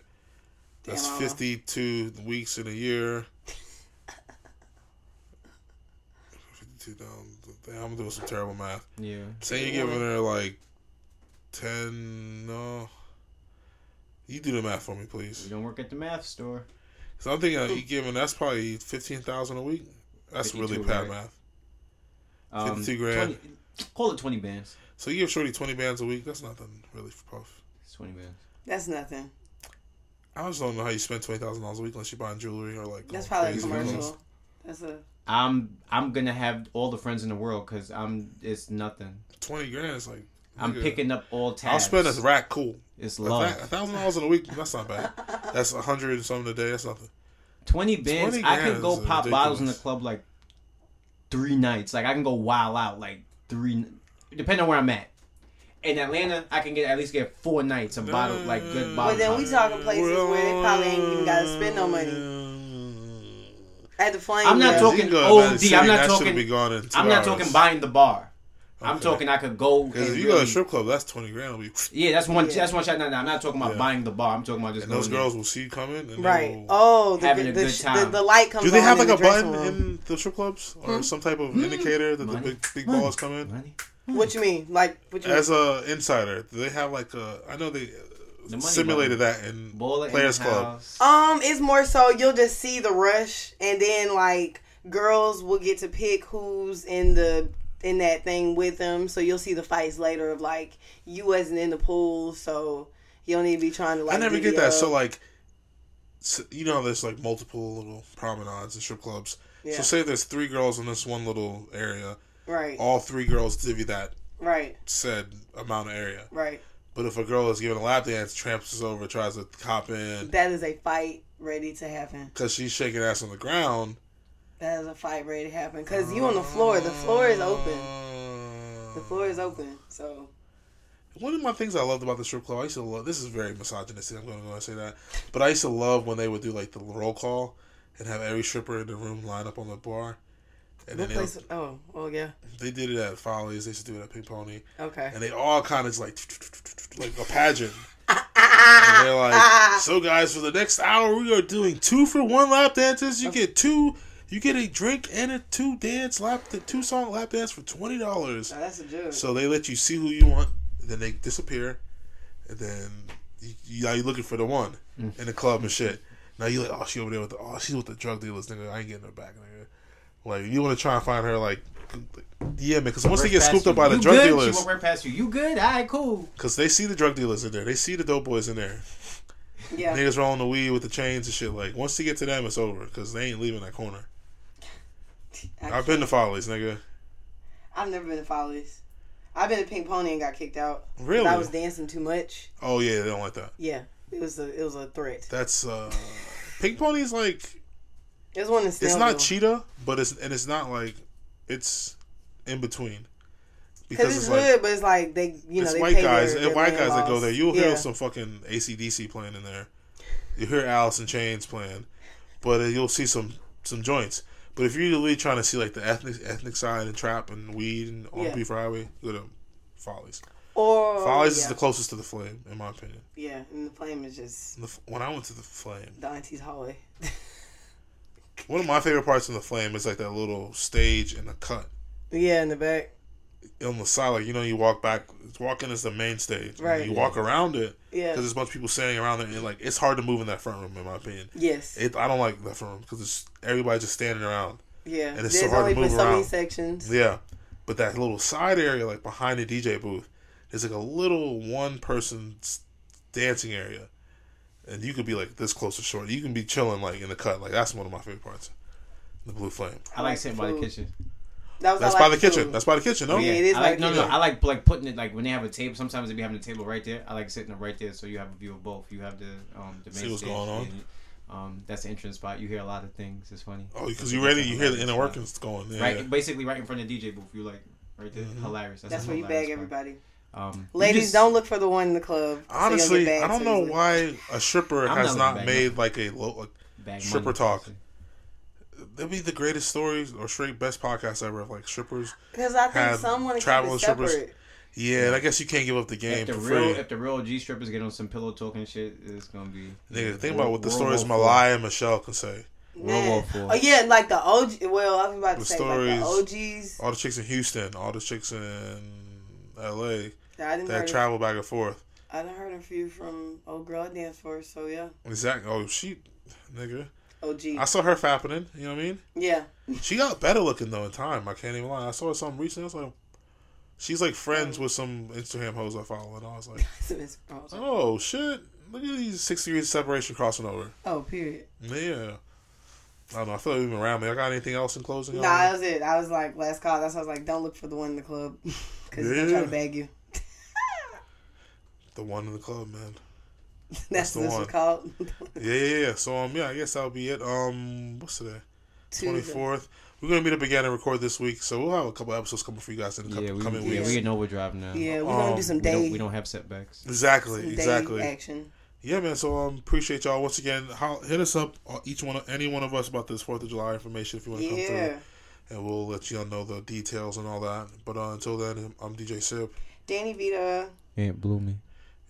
[SPEAKER 7] That's
[SPEAKER 6] I don't know.
[SPEAKER 7] fifty-two weeks in a year. Fifty-two thousand. Damn, I'm doing some terrible math.
[SPEAKER 4] Yeah,
[SPEAKER 7] Say you're giving her like ten. No, you do the math for me,
[SPEAKER 4] we
[SPEAKER 7] please.
[SPEAKER 4] don't work at the math store.
[SPEAKER 7] So I'm thinking you giving that's probably fifteen thousand a week. That's
[SPEAKER 4] 52,
[SPEAKER 7] really bad
[SPEAKER 4] right?
[SPEAKER 7] math.
[SPEAKER 4] Um,
[SPEAKER 7] 52 grand.
[SPEAKER 4] 20 call it twenty bands.
[SPEAKER 7] So you give Shorty twenty bands a week. That's nothing really for Puff.
[SPEAKER 4] It's twenty bands.
[SPEAKER 6] That's nothing.
[SPEAKER 7] I just don't know how you spend twenty thousand dollars a week unless you're buying jewelry or like.
[SPEAKER 6] That's
[SPEAKER 7] going
[SPEAKER 6] probably a
[SPEAKER 7] Oh, crazy with
[SPEAKER 6] commercial.
[SPEAKER 7] those.
[SPEAKER 6] That's a
[SPEAKER 4] I'm I'm gonna have all the friends in the world because I'm it's nothing.
[SPEAKER 7] Twenty grand is like.
[SPEAKER 4] I'm
[SPEAKER 7] nigga,
[SPEAKER 4] picking up all tabs.
[SPEAKER 7] I'll spend a rack. Cool.
[SPEAKER 4] It's
[SPEAKER 7] A
[SPEAKER 4] love.
[SPEAKER 7] thousand dollars in a week. That's not bad. That's a hundred and something a day. That's nothing.
[SPEAKER 4] Twenty bands.
[SPEAKER 7] 20
[SPEAKER 4] I can
[SPEAKER 7] grand
[SPEAKER 4] go
[SPEAKER 7] is
[SPEAKER 4] pop bottles in the
[SPEAKER 7] ridiculous.
[SPEAKER 4] club like three nights. Like I can go wild out like three, depending on where I'm at. in Atlanta, I can get at least get four nights of bottle like
[SPEAKER 7] Mm.
[SPEAKER 4] good bottle.
[SPEAKER 6] But then we
[SPEAKER 4] time.
[SPEAKER 6] talking places where they probably ain't even gotta spend no money. At the flame.
[SPEAKER 4] I'm not
[SPEAKER 6] yeah.
[SPEAKER 4] talking-
[SPEAKER 7] You go to
[SPEAKER 4] OD,
[SPEAKER 7] Atlantic City,
[SPEAKER 4] I'm not
[SPEAKER 7] that should've
[SPEAKER 4] talking-
[SPEAKER 7] Be gone in two
[SPEAKER 4] I'm not
[SPEAKER 7] hours.
[SPEAKER 4] talking buying the bar. I'm
[SPEAKER 7] Okay.
[SPEAKER 4] talking I could go.
[SPEAKER 7] Because
[SPEAKER 4] and
[SPEAKER 7] if you go to a
[SPEAKER 4] really-
[SPEAKER 7] strip club, that's twenty grand. It'll be,
[SPEAKER 4] yeah, that's one.
[SPEAKER 6] Yeah.
[SPEAKER 4] That's one shot. No, no, I'm not talking about
[SPEAKER 7] Yeah.
[SPEAKER 4] buying the bar. I'm talking about just
[SPEAKER 7] and those
[SPEAKER 4] going
[SPEAKER 7] girls will see you coming. And
[SPEAKER 6] Right.
[SPEAKER 7] They will,
[SPEAKER 6] Oh, the,
[SPEAKER 4] Having a
[SPEAKER 6] the,
[SPEAKER 4] good
[SPEAKER 6] sh- the,
[SPEAKER 4] time.
[SPEAKER 6] the light comes
[SPEAKER 7] do they
[SPEAKER 6] on
[SPEAKER 7] have like
[SPEAKER 6] in
[SPEAKER 7] a
[SPEAKER 6] the dressing
[SPEAKER 7] button
[SPEAKER 6] room.
[SPEAKER 7] in the strip clubs or some type of indicator that
[SPEAKER 4] Hmm? Money.
[SPEAKER 7] the big big
[SPEAKER 4] Money.
[SPEAKER 7] ball is coming?
[SPEAKER 4] in. Money?
[SPEAKER 6] What you mean? Like, what you mean?
[SPEAKER 7] As a insider, do they have like a? I know they uh,
[SPEAKER 4] money
[SPEAKER 7] simulated that in
[SPEAKER 4] Baller
[SPEAKER 7] Players
[SPEAKER 4] in the
[SPEAKER 7] Club. Uh,
[SPEAKER 4] house.
[SPEAKER 6] Um, it's more so you'll just see the rush, and then like girls will get to pick who's in the in that thing with them. So you'll see the fights later of like you wasn't in the pool, so you don't need to be trying to like.
[SPEAKER 7] I never
[SPEAKER 6] divvy
[SPEAKER 7] get that.
[SPEAKER 6] up.
[SPEAKER 7] So like, s you know, there's like multiple little promenades and strip clubs.
[SPEAKER 6] Yeah.
[SPEAKER 7] So say there's three girls in this one little area.
[SPEAKER 6] right,
[SPEAKER 7] All three girls divvy that
[SPEAKER 6] right,
[SPEAKER 7] said amount of area.
[SPEAKER 6] right.
[SPEAKER 7] But if a girl is given a lap dance, tramps us over, tries to cop in
[SPEAKER 6] That is a fight ready to happen.
[SPEAKER 7] because she's shaking ass on the ground.
[SPEAKER 6] That is a fight ready to happen because you on the floor. The floor is open. The
[SPEAKER 7] Uh,
[SPEAKER 6] floor is open. So
[SPEAKER 7] One of my things I loved about the strip club, I used to love. This is very misogynistic. I'm going to go and say that, but I used to love when they would do like the roll call and have every stripper in the room line up on the bar,
[SPEAKER 6] what
[SPEAKER 7] and then they,
[SPEAKER 6] place? Oh, well, yeah.
[SPEAKER 7] they did it at Follies. They used to do it at Pink Pony,
[SPEAKER 6] Okay.
[SPEAKER 7] and they all kind of just like like a pageant. And they're like, so guys, for the next hour, we are doing two for one lap dances. You get two, you get a drink and a two dance lap, the two song lap dance for twenty dollars.
[SPEAKER 6] Oh, that's a joke.
[SPEAKER 7] So they let you see who you want, then they disappear, and then you, you, now you're looking for the one
[SPEAKER 4] Mm.
[SPEAKER 7] in the club and shit. Now you like, oh, she over there with the, oh, she's with the drug dealers, nigga. I ain't getting her back, nigga. Like you want to try and find her, like, yeah, man. Because once they
[SPEAKER 4] Right
[SPEAKER 7] get
[SPEAKER 4] past
[SPEAKER 7] scooped
[SPEAKER 4] you.
[SPEAKER 7] up by the
[SPEAKER 4] You
[SPEAKER 7] drug
[SPEAKER 4] good? She
[SPEAKER 7] dealers,
[SPEAKER 4] went right past you. You good? All right, cool.
[SPEAKER 7] because they see the drug dealers in there, they see the dope boys in there.
[SPEAKER 6] yeah.
[SPEAKER 7] Niggas rolling the weed with the chains and shit. Like once they get to them, it's over because they ain't leaving that corner.
[SPEAKER 6] I-
[SPEAKER 7] I've been to Follies, nigga.
[SPEAKER 6] I've never been to Follies. I've been to Pink Pony and got kicked out. 'Cause
[SPEAKER 7] Really?
[SPEAKER 6] I was dancing too much.
[SPEAKER 7] Oh yeah, they don't like that.
[SPEAKER 6] Yeah. It was a it was a threat.
[SPEAKER 7] That's uh, Pink Pony's like
[SPEAKER 6] It was one of
[SPEAKER 7] it's not cheetah, but it's and it's not like it's in between
[SPEAKER 6] because it's, good, but it's like they you know
[SPEAKER 7] it's
[SPEAKER 6] they
[SPEAKER 7] white
[SPEAKER 6] pay
[SPEAKER 7] guys
[SPEAKER 6] their,
[SPEAKER 7] and
[SPEAKER 6] their
[SPEAKER 7] white
[SPEAKER 6] land
[SPEAKER 7] guys that go
[SPEAKER 6] laws.
[SPEAKER 7] there. You'll
[SPEAKER 6] yeah.
[SPEAKER 7] hear some fucking ACDC playing in there. You hear Alice in Chains playing, but uh, you'll see some some joints. But if you're really trying to see like the ethnic ethnic side and trap and weed and on
[SPEAKER 6] Yeah.
[SPEAKER 7] Beef Highway, go to Follies.
[SPEAKER 6] Or
[SPEAKER 7] Follies
[SPEAKER 6] yeah.
[SPEAKER 7] is the closest to the Flame, in my opinion.
[SPEAKER 6] yeah, and the flame is just
[SPEAKER 7] The, f- when I went to the Flame,
[SPEAKER 6] the auntie's hallway.
[SPEAKER 7] one of my favorite parts in the Flame is like that little stage and the cut.
[SPEAKER 6] yeah, in the back.
[SPEAKER 7] on the side, like you know, you walk back. Walking is the main stage.
[SPEAKER 6] Right.
[SPEAKER 7] You walk around it
[SPEAKER 6] Yeah.
[SPEAKER 7] because there's a bunch of people standing around it. And like it's hard to move in that front room, in my opinion.
[SPEAKER 6] Yes.
[SPEAKER 7] It, I don't like that front room because it's everybody just standing around.
[SPEAKER 6] yeah.
[SPEAKER 7] and it's so
[SPEAKER 6] There's
[SPEAKER 7] hard to
[SPEAKER 6] only
[SPEAKER 7] move
[SPEAKER 6] but so many
[SPEAKER 7] around.
[SPEAKER 6] sections.
[SPEAKER 7] Yeah, but that little side area, like behind the DJ booth, there's like a little one person s- dancing area, and you could be like this close to short. You can be chilling like in the cut. Like that's one of my favorite parts. The blue flame.
[SPEAKER 4] I like sitting by the
[SPEAKER 6] food.
[SPEAKER 4] kitchen.
[SPEAKER 6] That was
[SPEAKER 7] That's
[SPEAKER 6] I
[SPEAKER 7] by
[SPEAKER 6] like
[SPEAKER 7] the
[SPEAKER 6] food.
[SPEAKER 7] kitchen. That's by the kitchen. No.
[SPEAKER 6] Yeah, it is
[SPEAKER 4] I like,
[SPEAKER 6] like
[SPEAKER 4] no, no.
[SPEAKER 6] kitchen.
[SPEAKER 4] I like like putting it like when they have a table. Sometimes they be having a table right there. I like sitting them right there, so you have a view of both. You have the um the main
[SPEAKER 7] See what's
[SPEAKER 4] stage
[SPEAKER 7] going on.
[SPEAKER 4] and, Um, that's the entrance spot. You hear a lot of things. It's funny.
[SPEAKER 7] Oh, because you ready? You hear the inner workings going. Yeah. Mm-hmm.
[SPEAKER 4] Right, basically right in front of the DJ booth. You like right there, hilarious.
[SPEAKER 6] That's
[SPEAKER 4] a
[SPEAKER 6] where you bag
[SPEAKER 4] hilarious
[SPEAKER 6] everybody.
[SPEAKER 4] part. Um, you
[SPEAKER 6] Ladies,
[SPEAKER 4] just-
[SPEAKER 6] don't look for the one in the club. so you'll get
[SPEAKER 7] Honestly,
[SPEAKER 6] bagged
[SPEAKER 7] I
[SPEAKER 6] so
[SPEAKER 7] don't know
[SPEAKER 6] easily.
[SPEAKER 7] why a stripper
[SPEAKER 4] I'm
[SPEAKER 7] has
[SPEAKER 4] not
[SPEAKER 7] not
[SPEAKER 4] back
[SPEAKER 7] made like a low. Like,
[SPEAKER 4] bag
[SPEAKER 7] stripper
[SPEAKER 4] money.
[SPEAKER 7] talk. that'd be the greatest stories or straight best podcast ever of like strippers.
[SPEAKER 6] Because I think
[SPEAKER 7] have
[SPEAKER 6] someone traveling
[SPEAKER 7] travel strippers.
[SPEAKER 6] separate.
[SPEAKER 7] Yeah, and I guess you can't give up the game
[SPEAKER 4] If the
[SPEAKER 7] for
[SPEAKER 4] real
[SPEAKER 7] free.
[SPEAKER 4] if the real G strippers get on some pillow talking shit, it's gonna be.
[SPEAKER 7] Nigga, think about what the stories
[SPEAKER 4] World War
[SPEAKER 7] Malaya and Michelle can say.
[SPEAKER 4] World War Four.
[SPEAKER 6] Oh yeah, like the OG. Well, I was about to
[SPEAKER 7] The
[SPEAKER 6] say
[SPEAKER 7] stories-
[SPEAKER 6] like the OGs.
[SPEAKER 7] All the chicks in Houston, all the chicks in L.A.
[SPEAKER 6] I didn't
[SPEAKER 7] that
[SPEAKER 6] heard.
[SPEAKER 7] travel back and forth.
[SPEAKER 6] I done heard a few from old girl I danced for. So yeah,
[SPEAKER 7] Exactly. Oh, she, nigga,
[SPEAKER 6] OG.
[SPEAKER 7] I saw her fapping. You know what I mean?
[SPEAKER 6] yeah,
[SPEAKER 7] She got better looking though in time. I can't even lie. I saw something recently. I was like, she's like friends with some Instagram hoes I follow, and I was like,
[SPEAKER 6] Some is- oh, sorry.
[SPEAKER 7] oh shit, look at these six degrees of separation crossing over.
[SPEAKER 6] Oh, period.
[SPEAKER 7] Yeah, I don't know. I feel like we've been around me. I got anything else in closing?
[SPEAKER 6] Nah, that was it. I was like last call. That's why I was like, don't look for the one in the club because they're
[SPEAKER 7] Yeah.
[SPEAKER 6] trying to bag you.
[SPEAKER 7] the one in the club, man.
[SPEAKER 6] That's,
[SPEAKER 7] the
[SPEAKER 6] what this
[SPEAKER 7] one.
[SPEAKER 6] was called.
[SPEAKER 7] Yeah, yeah, yeah. So um, yeah, I guess that'll be it. Um, what's today? Twenty
[SPEAKER 6] Tuesday.
[SPEAKER 7] fourth. We're gonna meet up again and record this week, so we'll have a couple episodes coming for you guys in the
[SPEAKER 4] Yeah,
[SPEAKER 7] co-
[SPEAKER 4] we,
[SPEAKER 7] coming
[SPEAKER 4] yeah,
[SPEAKER 7] weeks.
[SPEAKER 4] we in overdrive now.
[SPEAKER 6] Yeah, we're gonna do some
[SPEAKER 4] We
[SPEAKER 6] day,
[SPEAKER 4] don't, we don't have setbacks.
[SPEAKER 7] Exactly,
[SPEAKER 6] day
[SPEAKER 7] exactly.
[SPEAKER 6] action.
[SPEAKER 7] Yeah, man. So um, appreciate y'all once again. How, hit us up, uh, each one, of- any one of us, about this Fourth of July information if you want to come
[SPEAKER 6] Yeah,
[SPEAKER 7] through, and we'll let y'all know the details and all that. But uh, until then, I'm DJ Sip.
[SPEAKER 6] Danny Vita.
[SPEAKER 4] Aunt blew me.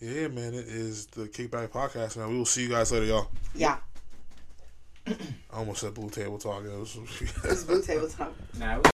[SPEAKER 7] Yeah, man. It is the Kickback Podcast, man. We will see you guys later, y'all.
[SPEAKER 6] Yeah,
[SPEAKER 7] I almost said Blue Table Talk. It was-
[SPEAKER 6] it's blue table talk.
[SPEAKER 4] Nah,